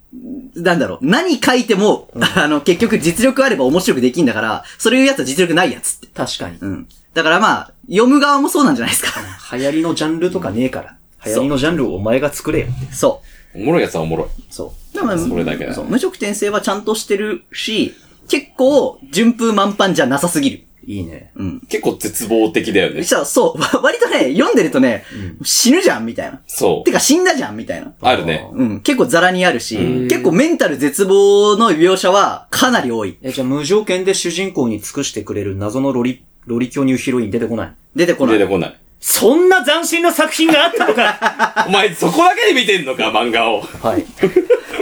Speaker 2: なんだろう、何書いても、 あの、結局実力あれば面白くできんだから、それ言うやつは実力ないやつって。
Speaker 1: 確かに。
Speaker 2: うん。だからまあ、読む側もそうなんじゃないですか。
Speaker 1: 流行りのジャンルとかねえから。
Speaker 2: ん
Speaker 1: 流行りのジャンルをお前が作れよって。
Speaker 2: そ
Speaker 3: おもろいやつはおもろい。
Speaker 1: そう。
Speaker 2: う。だから
Speaker 3: それだけだ
Speaker 2: そう無職転生はちゃんとしてるし、結構、順風満帆じゃなさすぎる。
Speaker 1: いいね。
Speaker 2: うん。
Speaker 3: 結構絶望的だよね。
Speaker 2: そう、そう、 割とね、読んでるとね、死ぬじゃん、みたいな。
Speaker 3: そ
Speaker 2: てか死んだじゃん、みたいな。
Speaker 3: う。あるね。
Speaker 2: うん、結構ザラにあるし、
Speaker 3: うん
Speaker 2: 結構メンタル絶望の描写はかなり多い。
Speaker 1: え、じゃあ無条件で主人公に尽くしてくれる謎のロリ、ロリ巨乳ヒロイン出てこない。
Speaker 2: 出てこな
Speaker 3: 出
Speaker 2: い。
Speaker 3: てこない。
Speaker 1: そんな斬新な作品があったのか
Speaker 3: お前、そこだけで見てんのか、漫画を。
Speaker 1: はい。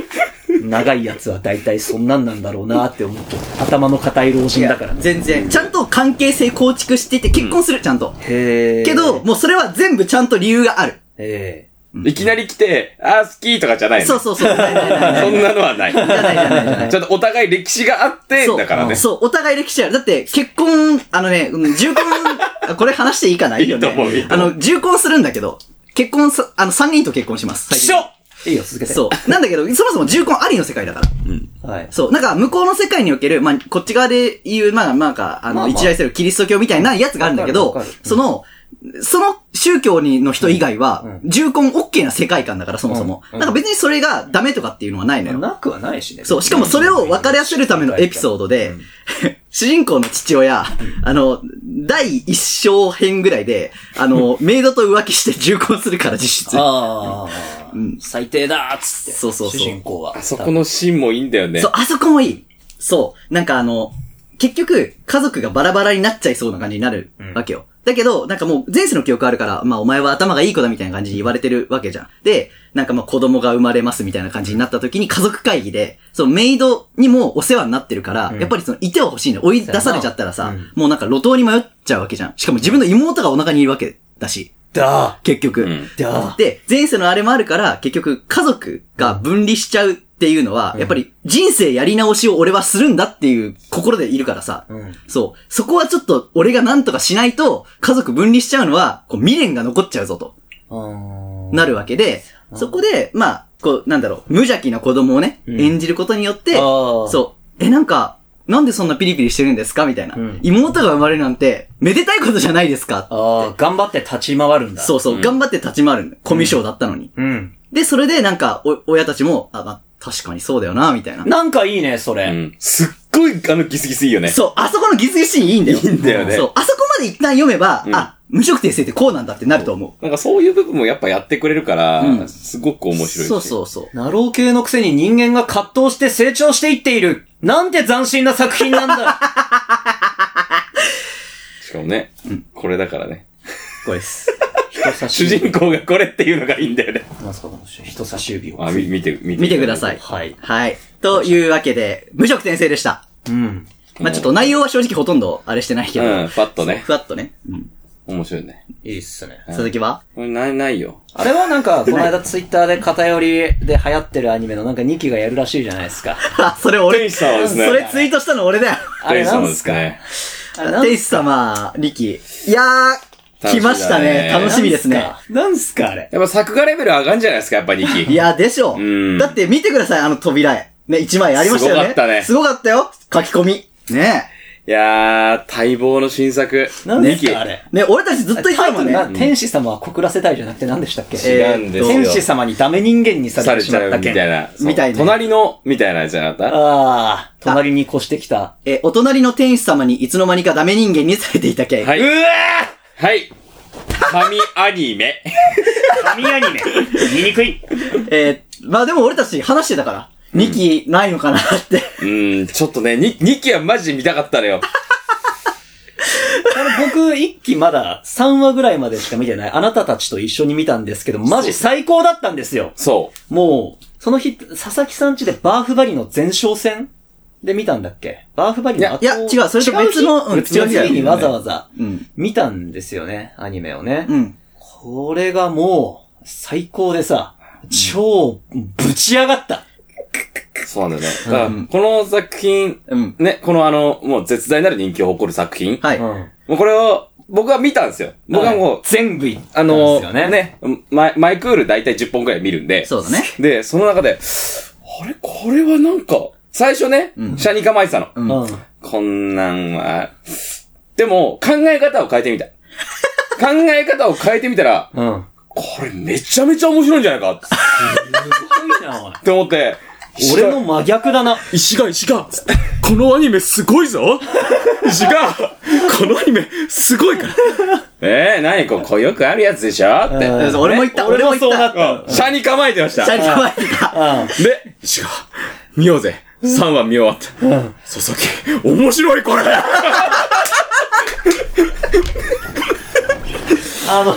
Speaker 1: 長いやつは大体そんなんなんだろうなって思って、頭の固い老
Speaker 2: い
Speaker 1: 人
Speaker 2: や
Speaker 1: だからね。
Speaker 2: 全然。ちゃんと関係性構築していって結婚する、ちゃんと。
Speaker 1: へえ。
Speaker 2: けど、、もうそれは全部ちゃんと理由がある。
Speaker 1: え
Speaker 3: いきなり来て、あー、好きとかじゃないの
Speaker 2: そうそうそう。ないないない
Speaker 3: そんなのはない。
Speaker 2: ないないないないない
Speaker 3: ちゃんとお互い歴史があって、
Speaker 2: そう
Speaker 3: だからね。
Speaker 2: そう、お互い歴史ある。だって、結婚、あのね、うん重婚、あこれ話していいかない
Speaker 3: いと思ういいと
Speaker 2: あ
Speaker 3: 思う
Speaker 2: の、重婚するんだけど、結婚さ、あの、3人と結婚します。
Speaker 3: きしょ
Speaker 1: いいよ、続けて。
Speaker 2: そう。なんだけど、そもそも重婚ありの世界だから。
Speaker 3: うん。
Speaker 1: はい。
Speaker 2: そう。なんか、向こうの世界における、まあ、こっち側で言う、まあ、なんか、あの、
Speaker 1: まあまあ
Speaker 2: 一大せるキリスト教みたいなやつがあるんだけ
Speaker 1: わ
Speaker 2: ど
Speaker 1: かるわかる、うん
Speaker 2: その、その宗教にの人以外は、
Speaker 1: う
Speaker 2: 重婚 OK な世界観だから、そもそも。
Speaker 1: うんうん
Speaker 2: なんか別にそれがダメとかっていうのはないのよ。
Speaker 1: なくはないしね。
Speaker 2: そう。しかもそれを分かりやせるためのエピソードで、主人公の父親、あの、第一章編ぐらいで、あ の、メイドと浮気して重婚するから実質。
Speaker 1: ああ、
Speaker 2: ん
Speaker 1: 最低だーっつって。
Speaker 2: そうそうそう
Speaker 1: 主人公は。
Speaker 3: あそこのシーンもいいんだよね。
Speaker 2: そう、あそこもいい。そう。なんかあの、結局、家族がバラバラになっちゃいそうな感じになるわけよ。だけど、なんかもう前世の記憶あるから、まあお前は頭がいい子だみたいな感じに言われてるわけじゃん。で、なんかまあ子供が生まれますみたいな感じになった時に家族会議で、そのメイドにもお世話になってるから、やっぱりそのいては欲しいの。追い出されちゃったらさ、もうなんか路頭に迷っちゃうわけじゃん。しかも自分の妹がお腹にいるわけだし、
Speaker 1: だ
Speaker 2: 結局。
Speaker 3: うん。
Speaker 1: ーだ
Speaker 2: で、前世のあれもあるから、結局家族が分離しちゃうっていうのは、やっぱり人生やり直しを俺はするんだっていう心でいるからさ。
Speaker 1: ーうん。
Speaker 2: そう。そこはちょっと俺がなんとかしないと、家族分離しちゃうのは、こう未練が残っちゃうぞと、
Speaker 1: あ
Speaker 2: なるわけで、そこで、まあ、こう、なんだろう、無邪気な子供をね、
Speaker 1: うん
Speaker 2: 演じることによって、
Speaker 1: ー
Speaker 2: そう。え、なんか、なんでそんなピリピリしてるんですかみたいな、
Speaker 1: うん
Speaker 2: 妹が生まれるなんて、めでたいことじゃないですか
Speaker 1: ああ、頑張って立ち回るんだ。
Speaker 2: そうそう、
Speaker 3: うん
Speaker 2: 頑張って立ち回るんだ。コミュ障だったのに。
Speaker 1: う。うん。
Speaker 2: で、それでなんか、お、親たちも、あ、まあ、確かにそうだよな、みたいな。
Speaker 1: なんかいいね、それ。
Speaker 3: うんすっごい、あの、ギスギスいいよね。
Speaker 2: そう、あそこのギスギスシーンいいんだよ。
Speaker 3: いいんだよね
Speaker 2: そう、あそこまで一旦読めば、
Speaker 3: うん
Speaker 2: あ、無職転生ってこうなんだってなると思
Speaker 3: なんかそういう部分もやっぱやってくれるから、
Speaker 2: うん
Speaker 3: すごく面
Speaker 2: う。
Speaker 3: 白いし。
Speaker 2: そうそう そう。
Speaker 1: ナロー系のくせに人間が葛藤して成長していっている。なんて斬新な作品なん だ。
Speaker 3: しかもね、これだからね。
Speaker 2: これです。
Speaker 1: 人差
Speaker 3: 主人公がこれっていうのがいいんだよね。
Speaker 1: なんすかこの人差し指を。
Speaker 3: あ、み見て、見て。
Speaker 2: 見てください。
Speaker 1: はい。
Speaker 2: はい。というわけで、無職転生でした。
Speaker 1: うん。
Speaker 2: まあちょっと内容は正直ほとんどあれしてないけ
Speaker 3: う
Speaker 2: ど。
Speaker 3: ん、パッとね
Speaker 2: ふ。わっとね。
Speaker 3: 面白いね。
Speaker 1: いいっすね。
Speaker 2: 鈴木は
Speaker 3: これない、ないよ。
Speaker 1: あれはなんか、この間ツイッターで偏りで流行ってるアニメのなんか2期がやるらしいじゃないですか。
Speaker 2: あ、 それ
Speaker 3: 天
Speaker 2: 俺、
Speaker 3: 使
Speaker 2: そ
Speaker 3: 様ですね。
Speaker 2: れツイートしたの俺だ よ。
Speaker 1: あれ
Speaker 3: 天使
Speaker 1: なん
Speaker 3: 様ですすかね。
Speaker 1: あれなん
Speaker 2: 天使様、力。いやー、来ましたね。
Speaker 3: 楽
Speaker 2: 楽しみですね。
Speaker 1: なんすかあれ。
Speaker 3: やっぱ作画レベル上がんじゃないですか、やっぱ2期。
Speaker 2: いや、でしょ
Speaker 3: うん
Speaker 2: だって見てください、あの扉絵。ね、一枚ありましたよね。
Speaker 3: すごかったね
Speaker 2: すごかったよ。書き込み。ね
Speaker 3: いやー、待望の新作。
Speaker 1: なん
Speaker 3: 2
Speaker 1: す
Speaker 3: 期。
Speaker 1: かあれ。
Speaker 2: ね、俺たちずっと言って
Speaker 1: タ
Speaker 2: た
Speaker 1: イ
Speaker 2: も
Speaker 1: ト
Speaker 2: ん
Speaker 1: ル
Speaker 2: ね
Speaker 1: が。天使様は告らせたいじゃなくて何でしたっけ
Speaker 3: 違うんですよ。
Speaker 1: 天使様にダメ人間にさ
Speaker 3: さ
Speaker 1: れ
Speaker 3: れ
Speaker 1: てし
Speaker 3: ち
Speaker 1: ま
Speaker 3: ゃ
Speaker 1: っ
Speaker 3: う
Speaker 1: た
Speaker 3: みた
Speaker 1: 件。
Speaker 3: いな。そう
Speaker 2: みたいね
Speaker 3: 隣の、みたいなやつじゃなかった
Speaker 1: ああ、隣に越してきた。
Speaker 2: え、お隣の天使様にいつの間にかダメ人間にされていたけ。
Speaker 3: はいうわーはい。神アニメ。
Speaker 1: 神アニメ。見にくい。
Speaker 2: えーまあでも俺たち話してたから。2期ないのかなって。
Speaker 3: うーん、ちょっとね、2, 2期はマジで見たかったのよ。
Speaker 1: 僕、一期まだ3話ぐらいまでしか見てない。あなたたちと一緒に見たんですけど、マジ最高だったんですよ。
Speaker 3: そう。
Speaker 1: もう、その日、佐々木さん家でバーフバリの前哨戦で見たんだっけバーフバリの後
Speaker 2: いやいや違うそれと別の
Speaker 1: 違う日
Speaker 2: うん違う日だよね
Speaker 1: にわざわざ
Speaker 2: うん。
Speaker 1: 見たんですよね、アニメをね。
Speaker 2: うん。
Speaker 1: これがもう、最高でさ、超、ぶち上がった。
Speaker 3: そうなんだよね。だから、この作品、
Speaker 2: うん。
Speaker 3: ね、このあの、もう絶大なる人気を誇る作品。
Speaker 2: はい。
Speaker 1: うん。
Speaker 3: もうこれを、僕は見たんですよ。僕はもう、
Speaker 1: 全部いった
Speaker 3: あ
Speaker 1: んで
Speaker 3: の
Speaker 1: すよね。
Speaker 3: ねマイ、マイクール大体10本くらい見るんで。
Speaker 2: そうだね。
Speaker 3: で、その中で、あれこれはなんか、最初ね、
Speaker 2: うん
Speaker 3: シャニ構えてたの。
Speaker 2: うん。
Speaker 1: うん。
Speaker 3: こんなんは、でも、考え方を変えてみた。 考え方を変えてみたら、
Speaker 1: うん。
Speaker 3: これめちゃめちゃ面白いんじゃないかっ
Speaker 1: すごいな、おい
Speaker 3: て思って、
Speaker 1: 俺の真逆だな。
Speaker 3: 石が石がこのアニメすごい ぞ石がこのアニメすごいからええ何ここうよくあるやつでしょって。
Speaker 1: うん
Speaker 2: そう俺も言った、俺も言った。
Speaker 1: 俺もそうなっ
Speaker 3: うんシャに構えてました。
Speaker 2: シャ
Speaker 3: で、
Speaker 2: リ構えてた。
Speaker 1: うん。
Speaker 3: 石が見ようぜ。3話見終わった。
Speaker 1: うん
Speaker 3: そそき、面白いこれ
Speaker 1: あの、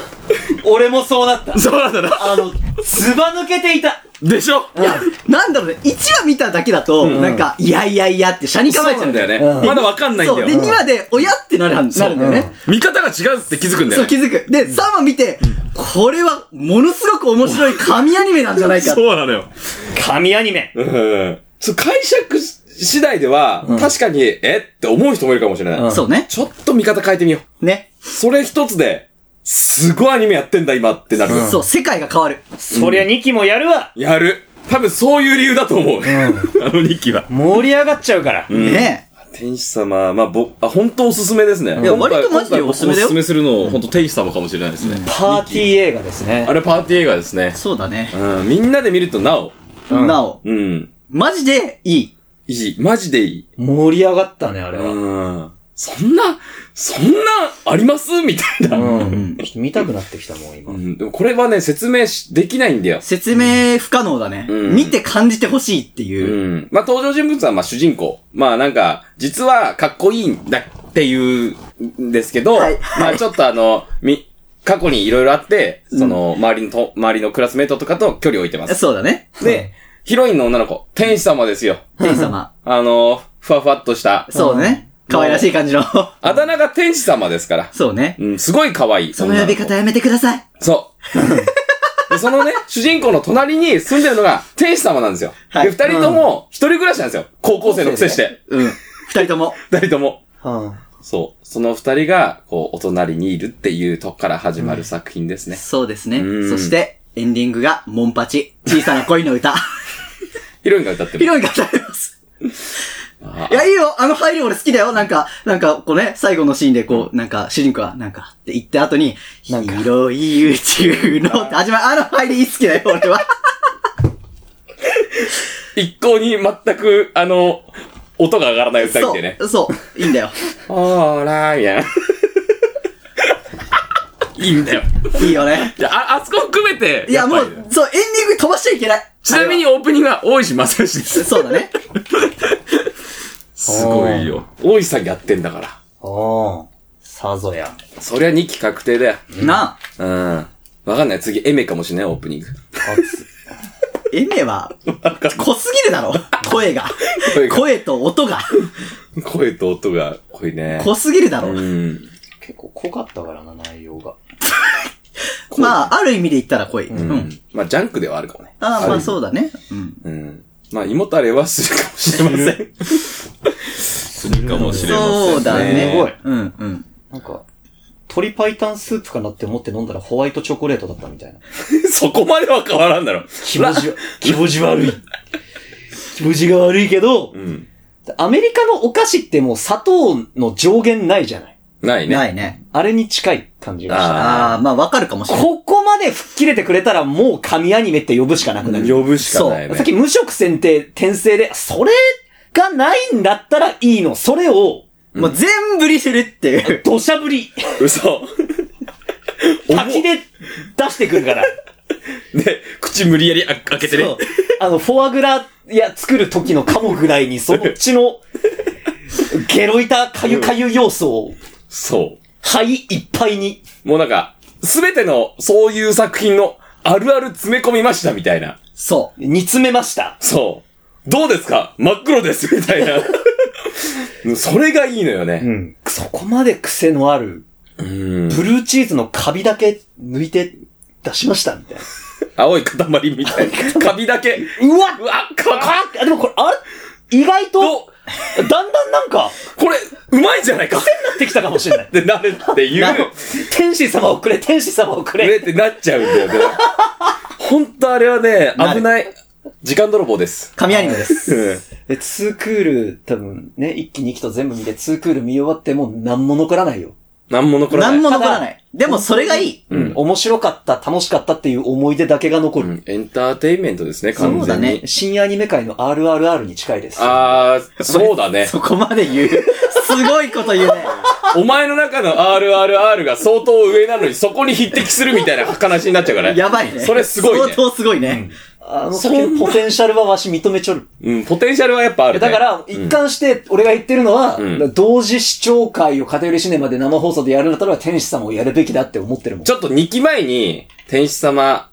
Speaker 1: 俺もそうなった。
Speaker 3: そうなんだな。
Speaker 1: あの、つば抜けていた。
Speaker 3: でしょ
Speaker 2: いや、なんだろうね、1話見ただけだと、なんか、いやいやいやって、シャに構えちゃうんだよね。
Speaker 3: ね
Speaker 1: うん
Speaker 3: まだわかんないんだ
Speaker 2: そう。で、
Speaker 3: よ。
Speaker 2: 2話で、おやってなるはんなるんだよね。
Speaker 3: 見方が違うって気づくんだ
Speaker 2: そ
Speaker 3: よ
Speaker 2: う気
Speaker 3: ね。
Speaker 2: づく。で、3話見て、これはものすごく面白い神アニメなんじゃないか。
Speaker 3: そうなのよ。
Speaker 1: 神アニメ。
Speaker 3: うん。そう解釈し次第では、確かに、えって思う人もいるかもしれない。
Speaker 1: うん
Speaker 2: そうね。
Speaker 3: ちょっと見方変えてみよう。
Speaker 2: ね。
Speaker 3: それ一つで、すごいアニメやってんだ今ってなる。
Speaker 2: そう、世界が変わる。
Speaker 1: そりゃ2期もやるわ
Speaker 3: やる。多分そういう理由だと思う。 あの2期は。
Speaker 1: 盛り上がっちゃうから。
Speaker 2: ねえ。
Speaker 3: 天使様、まあ、ぼ、あ、本当おすすめですね。
Speaker 2: いや
Speaker 3: 今回
Speaker 2: 割とマジでおすすめだよ
Speaker 3: 今回僕おすすめするの、本当天使様かもしれないですね。
Speaker 1: パーティー映画ですね
Speaker 3: あ。れパーティー映画ですね。
Speaker 2: そうだね。
Speaker 3: うん、みんなで見るとなお。
Speaker 2: なお、
Speaker 3: うん。
Speaker 2: マジでいい。
Speaker 3: いい。マジでいい。
Speaker 1: 盛り上がったね、あれは。
Speaker 3: うん。そんな、そんな、ありますみたいな。
Speaker 1: う。
Speaker 2: うんん
Speaker 1: ちょっと見たくなってきたもん、今。
Speaker 3: うん。でもこれはね、説明し、できないんだよ。
Speaker 2: 説明不可能だね。
Speaker 3: うん
Speaker 2: 見て感じてほしいって
Speaker 3: う
Speaker 2: いう。
Speaker 3: ん。まあ、登場人物は、まあ、主人公。まあ、なんか、実は、かっこいいんだっていうんですけど、
Speaker 2: はい
Speaker 3: まあ、ちょっとあの、み、過去にいろいろあって、その、周りのと、周りのクラスメートとかと距離を置いてます。
Speaker 2: そうだね。
Speaker 3: で、ヒロインの女の子、天使様ですよ。
Speaker 2: 天使様。
Speaker 3: あの、ふわふわっとした。
Speaker 2: そうね。可愛らしい感じの。
Speaker 3: あだ名が天使様ですから。
Speaker 2: そうね。
Speaker 3: うん、すごい可愛い。
Speaker 2: その呼び方やめてください。
Speaker 3: そう。 で、そのね、主人公の隣に住んでるのが天使様なんですよ。
Speaker 2: はい
Speaker 3: で、二人とも一人暮らしなんですよ。高校生のくせして。
Speaker 2: うん。二人とも。
Speaker 3: 二人とも。
Speaker 1: は
Speaker 3: そう。その二人が、こう、お隣にいるっていうとこから始まる作品ですね。
Speaker 2: そうですね
Speaker 3: う。ん
Speaker 2: そして、エンディングが、モンパチ。小さな恋の歌。
Speaker 3: ヒロインが歌って
Speaker 2: ヒ
Speaker 3: る。
Speaker 2: ロインが歌います。
Speaker 3: あ
Speaker 2: いや、いいよあの配慮俺好きだよなんか、なんか、こうね、最後のシーンでこう、なんか、主人公は、なんか、って言った後に、広い宇宙の、って始まる。あの入り好きだよ、俺 は。
Speaker 3: 一向に全く、あの、音が上がらない歌いてね。
Speaker 2: そう、そう、いいんだよ。
Speaker 3: ほーらーみたいな。 いいんだよ。
Speaker 2: いいよね。
Speaker 3: いや、あ、あそこ含めて。
Speaker 2: いや、も
Speaker 3: っぱりね
Speaker 2: う、そう、エンディング飛ばしちゃいけない。
Speaker 3: ちなみにオープニングは大石正義です。
Speaker 2: そうだね。
Speaker 3: すごいよ。大石さんやってんだから。
Speaker 1: あ。うん。さぞや。
Speaker 3: そりゃ2期確定だよ。
Speaker 2: なあ、
Speaker 3: うん。わかんない。次、エメかもしれない、オープニング。
Speaker 2: エメは、濃すぎる だろ声が。
Speaker 3: 声が
Speaker 2: 声と音が、
Speaker 3: 声と音が濃いね。
Speaker 2: 濃すぎるだろ
Speaker 3: うん。
Speaker 1: 結構濃かったからな、内容が。
Speaker 2: まあ、ある意味で言ったら濃い。う。
Speaker 3: うんん。まあ、ジャンクではあるかもね。
Speaker 2: ああ、まあ
Speaker 3: う。
Speaker 2: そうだね。うん。
Speaker 3: うん。まあ、胃もたれはするかもしれません。するかもしれません。
Speaker 2: そうだね。
Speaker 1: すごい
Speaker 2: うんうん。
Speaker 1: なんか、鶏白湯スープかなって思って飲んだらホワイトチョコレートだったみたいな。
Speaker 3: そこまでは変わらんだろ。
Speaker 1: 気持ち、気持ち悪い。気持ちが悪いけど
Speaker 3: う、ん。
Speaker 1: アメリカのお菓子ってもう砂糖の上限ないじゃない。
Speaker 3: ないね。
Speaker 2: ないね。
Speaker 1: あれに近い感じがした。
Speaker 3: あ
Speaker 2: ああ、まあわかるかもしれない。
Speaker 1: ここまで吹っ切れてくれたらもう神アニメって呼ぶしかなくなる。
Speaker 3: 呼ぶしかない
Speaker 1: さっ
Speaker 3: ね
Speaker 1: き。無色選定、転生で、それがないんだったらいいの。それを、
Speaker 2: もう全部リするっていう。
Speaker 1: 土砂降り、
Speaker 3: 嘘。
Speaker 1: 滝で出してくる から。
Speaker 3: で、口無理やりあ開けてね。
Speaker 1: そうあの、フォアグラ、いや、作る時のカモぐらいに、そっち の、ゲロいたかゆかゆ要素を、
Speaker 3: そう。
Speaker 1: 肺いっぱいに。
Speaker 3: もうなんか、すべてのそういう作品のあるある詰め込みましたみたいな。
Speaker 2: そう。
Speaker 1: 煮詰めました。
Speaker 3: そう。どうですか真っ黒ですみたいな。 それがいいのよね。
Speaker 1: ん。そこまで癖のある、
Speaker 3: うん。
Speaker 1: ブルーチーズのカビだけ抜いて出しました、みたいな。
Speaker 3: 青い塊みたいな。カビだけ。
Speaker 1: うわ
Speaker 3: うわ、かか
Speaker 1: あ、でもこれ、あれ意外と、だんだんなんか、
Speaker 3: これ、うまいんじゃないかっ
Speaker 1: なってきたかもしれない。
Speaker 3: てなるって いう。
Speaker 1: 天使様をくれ、天使様をく
Speaker 3: ね
Speaker 1: れ。
Speaker 3: ってなっちゃうんだよね。ほんとあれはね、
Speaker 2: なる
Speaker 3: 危ない。時間泥棒です。
Speaker 2: 神アニメです。
Speaker 3: うん
Speaker 1: で、ツークール、多分ね、一期二期と全部見て、ツークール見終わってもう何も残らないよ。
Speaker 3: なんも残らない。
Speaker 2: 何も残らない。でもそれがいい。
Speaker 1: うん。面白かった、楽しかったっていう思い出だけが残
Speaker 3: う
Speaker 1: る。
Speaker 3: んエンターテインメントですね、完全に。
Speaker 2: そうだね
Speaker 1: 新アニメ界の RRR に近いです。
Speaker 3: あー、そうだね。
Speaker 2: そこまで言う。すごいこと 言うね。
Speaker 3: お前の中の RRR が相当上なのに、そこに匹敵するみたいな話になっちゃうからね。
Speaker 2: やばいね。
Speaker 3: それすごいね
Speaker 2: 相当すごいね。
Speaker 1: あの先のポテンシャルはわし認めちょる。
Speaker 3: うん、ポテンシャルはやっぱある、ね。
Speaker 1: だから、一貫して、俺が言ってるのは、
Speaker 3: うん
Speaker 1: 同時視聴会を偏りシネマで生放送でやるんだったら、天使様をやるべきだって思ってるもん
Speaker 3: ち。ょっと2期前に、天使様、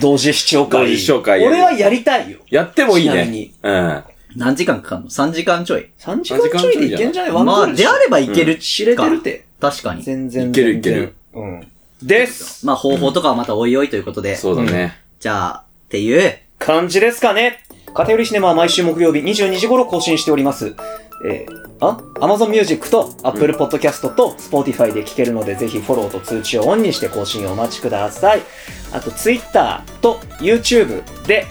Speaker 1: 同時視聴会。
Speaker 3: 同時視聴会やる
Speaker 1: 俺はやりたいよ。
Speaker 3: やってもい
Speaker 1: ち
Speaker 3: い
Speaker 1: なみ
Speaker 3: ね
Speaker 1: に。
Speaker 3: うん。
Speaker 2: 何時間かかんの ?3 時間ちょい。
Speaker 1: 3時間ちょいでいけんじゃないワンク
Speaker 2: ま
Speaker 1: ー
Speaker 2: あ、
Speaker 1: ルでし
Speaker 2: で
Speaker 1: ょ
Speaker 2: あればいけるか。
Speaker 1: 知れてるて。
Speaker 2: 確かに。
Speaker 1: 全然。
Speaker 3: いけるいける
Speaker 1: 全然。うん。です。
Speaker 2: まあ、方法とかはまたおいおいということで。
Speaker 3: そうだね。
Speaker 2: じゃあ、っていう。
Speaker 1: 感じですかね。偏りシネマは毎週木曜日22時頃更新しております。えー、あ Amazon Music と Apple Podcast と Spotify で聴けるので、ぜひフォローと通知をオンにして更新をお待ちください。あと Twitter と YouTube で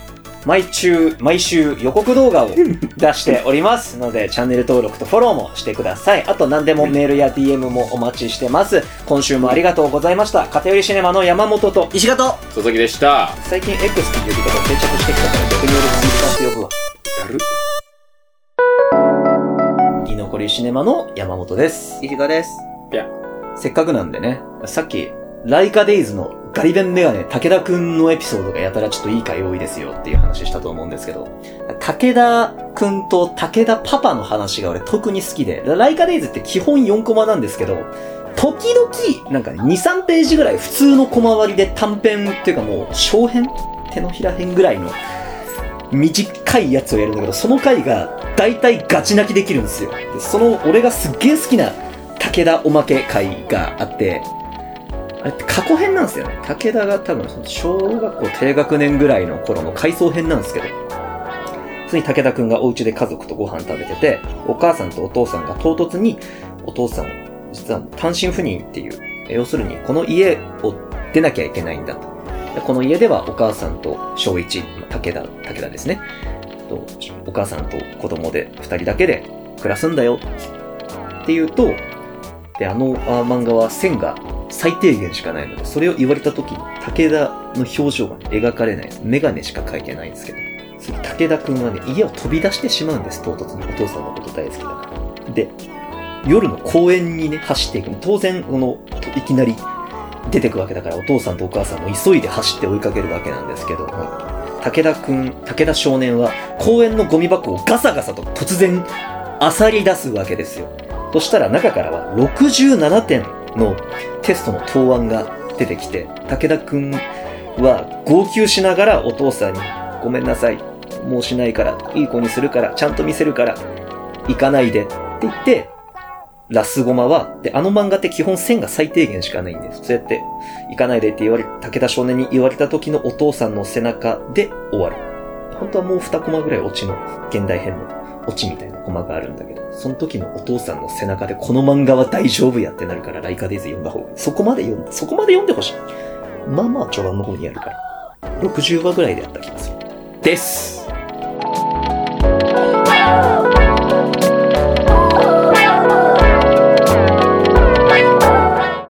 Speaker 1: 毎週、毎週予告動画を出しておりますので、チャンネル登録とフォローもしてください。あと何でもメールや DM もお待ちしてます。今週もありがとうございました。偏りシネマの山本と、
Speaker 2: 石方
Speaker 3: 佐々木でした。
Speaker 1: 最近 X っていう呼び方定着してきたから逆に俺ツイッターって呼ぶわ。
Speaker 3: やる
Speaker 1: 居残りシネマの山本です。
Speaker 2: 石方です。
Speaker 1: せっかくなんでね、さっき、ライカデイズのガリベンメガネ、武田くんのエピソードがやたらちょっといい回多いですよっていう話したと思うんですけど、武田くんと武田パパの話が俺特に好きで、ライカデイズって基本4コマなんですけど、時々、なんか2、3ページぐらい普通のコマ割りで短編っていうかもう小編手のひら編ぐらいの短いやつをやるんだけど、その回が大体ガチ泣きできるんですよ。でその俺がすっげえ好きな武田おまけ会があって、あれって過去編なんですよね。武田が多分その小学校低学年ぐらいの頃の回想編なんですけど、普通に武田くんがお家で家族とご飯食べてて、お母さんとお父さんが唐突に、お父さん、実は単身赴任っていう、え要するにこの家を出なきゃいけないんだと。でこの家ではお母さんと小一、武田、武田ですね。とお母さんと子供で二人だけで暮らすんだよっていうと、で、あのあ漫画は線が最低限しかないので、それを言われた時に武田の表情が描かれないです。メガネしか描いてないんですけど、その武田くんはね、家を飛び出してしまうんです、唐突に。お父さんのこと大好きだから。で、夜の公園にね、走っていくの。当然、この、といきなり出てくわけだから、お父さんとお母さんも急いで走って追いかけるわけなんですけど、武田くん、武田少年は公園のゴミ箱をガサガサと突然漁り出すわけですよ。そしたら中からは67点のテストの答案が出てきて、武田くんは号泣しながらお父さんに、ごめんなさい、もうしないから、いい子にするから、ちゃんと見せるから、行かないでって言って、ラスゴマは、で、あの漫画って基本線が最低限しかないんです。そうやって、行かないでって言われ、武田少年に言われた時のお父さんの背中で終わる。本当はもう2コマぐらいオチの、現代編のオチみたいなコマがあるんだけど、その時のお父さんの背中でこの漫画は大丈夫やってなるから、ライカデイズ読んだ方がいい。そこまで読んだ、そこまで読んでほしい。まあまあ序盤の方にやるから。60話ぐらいでやった気がする。です。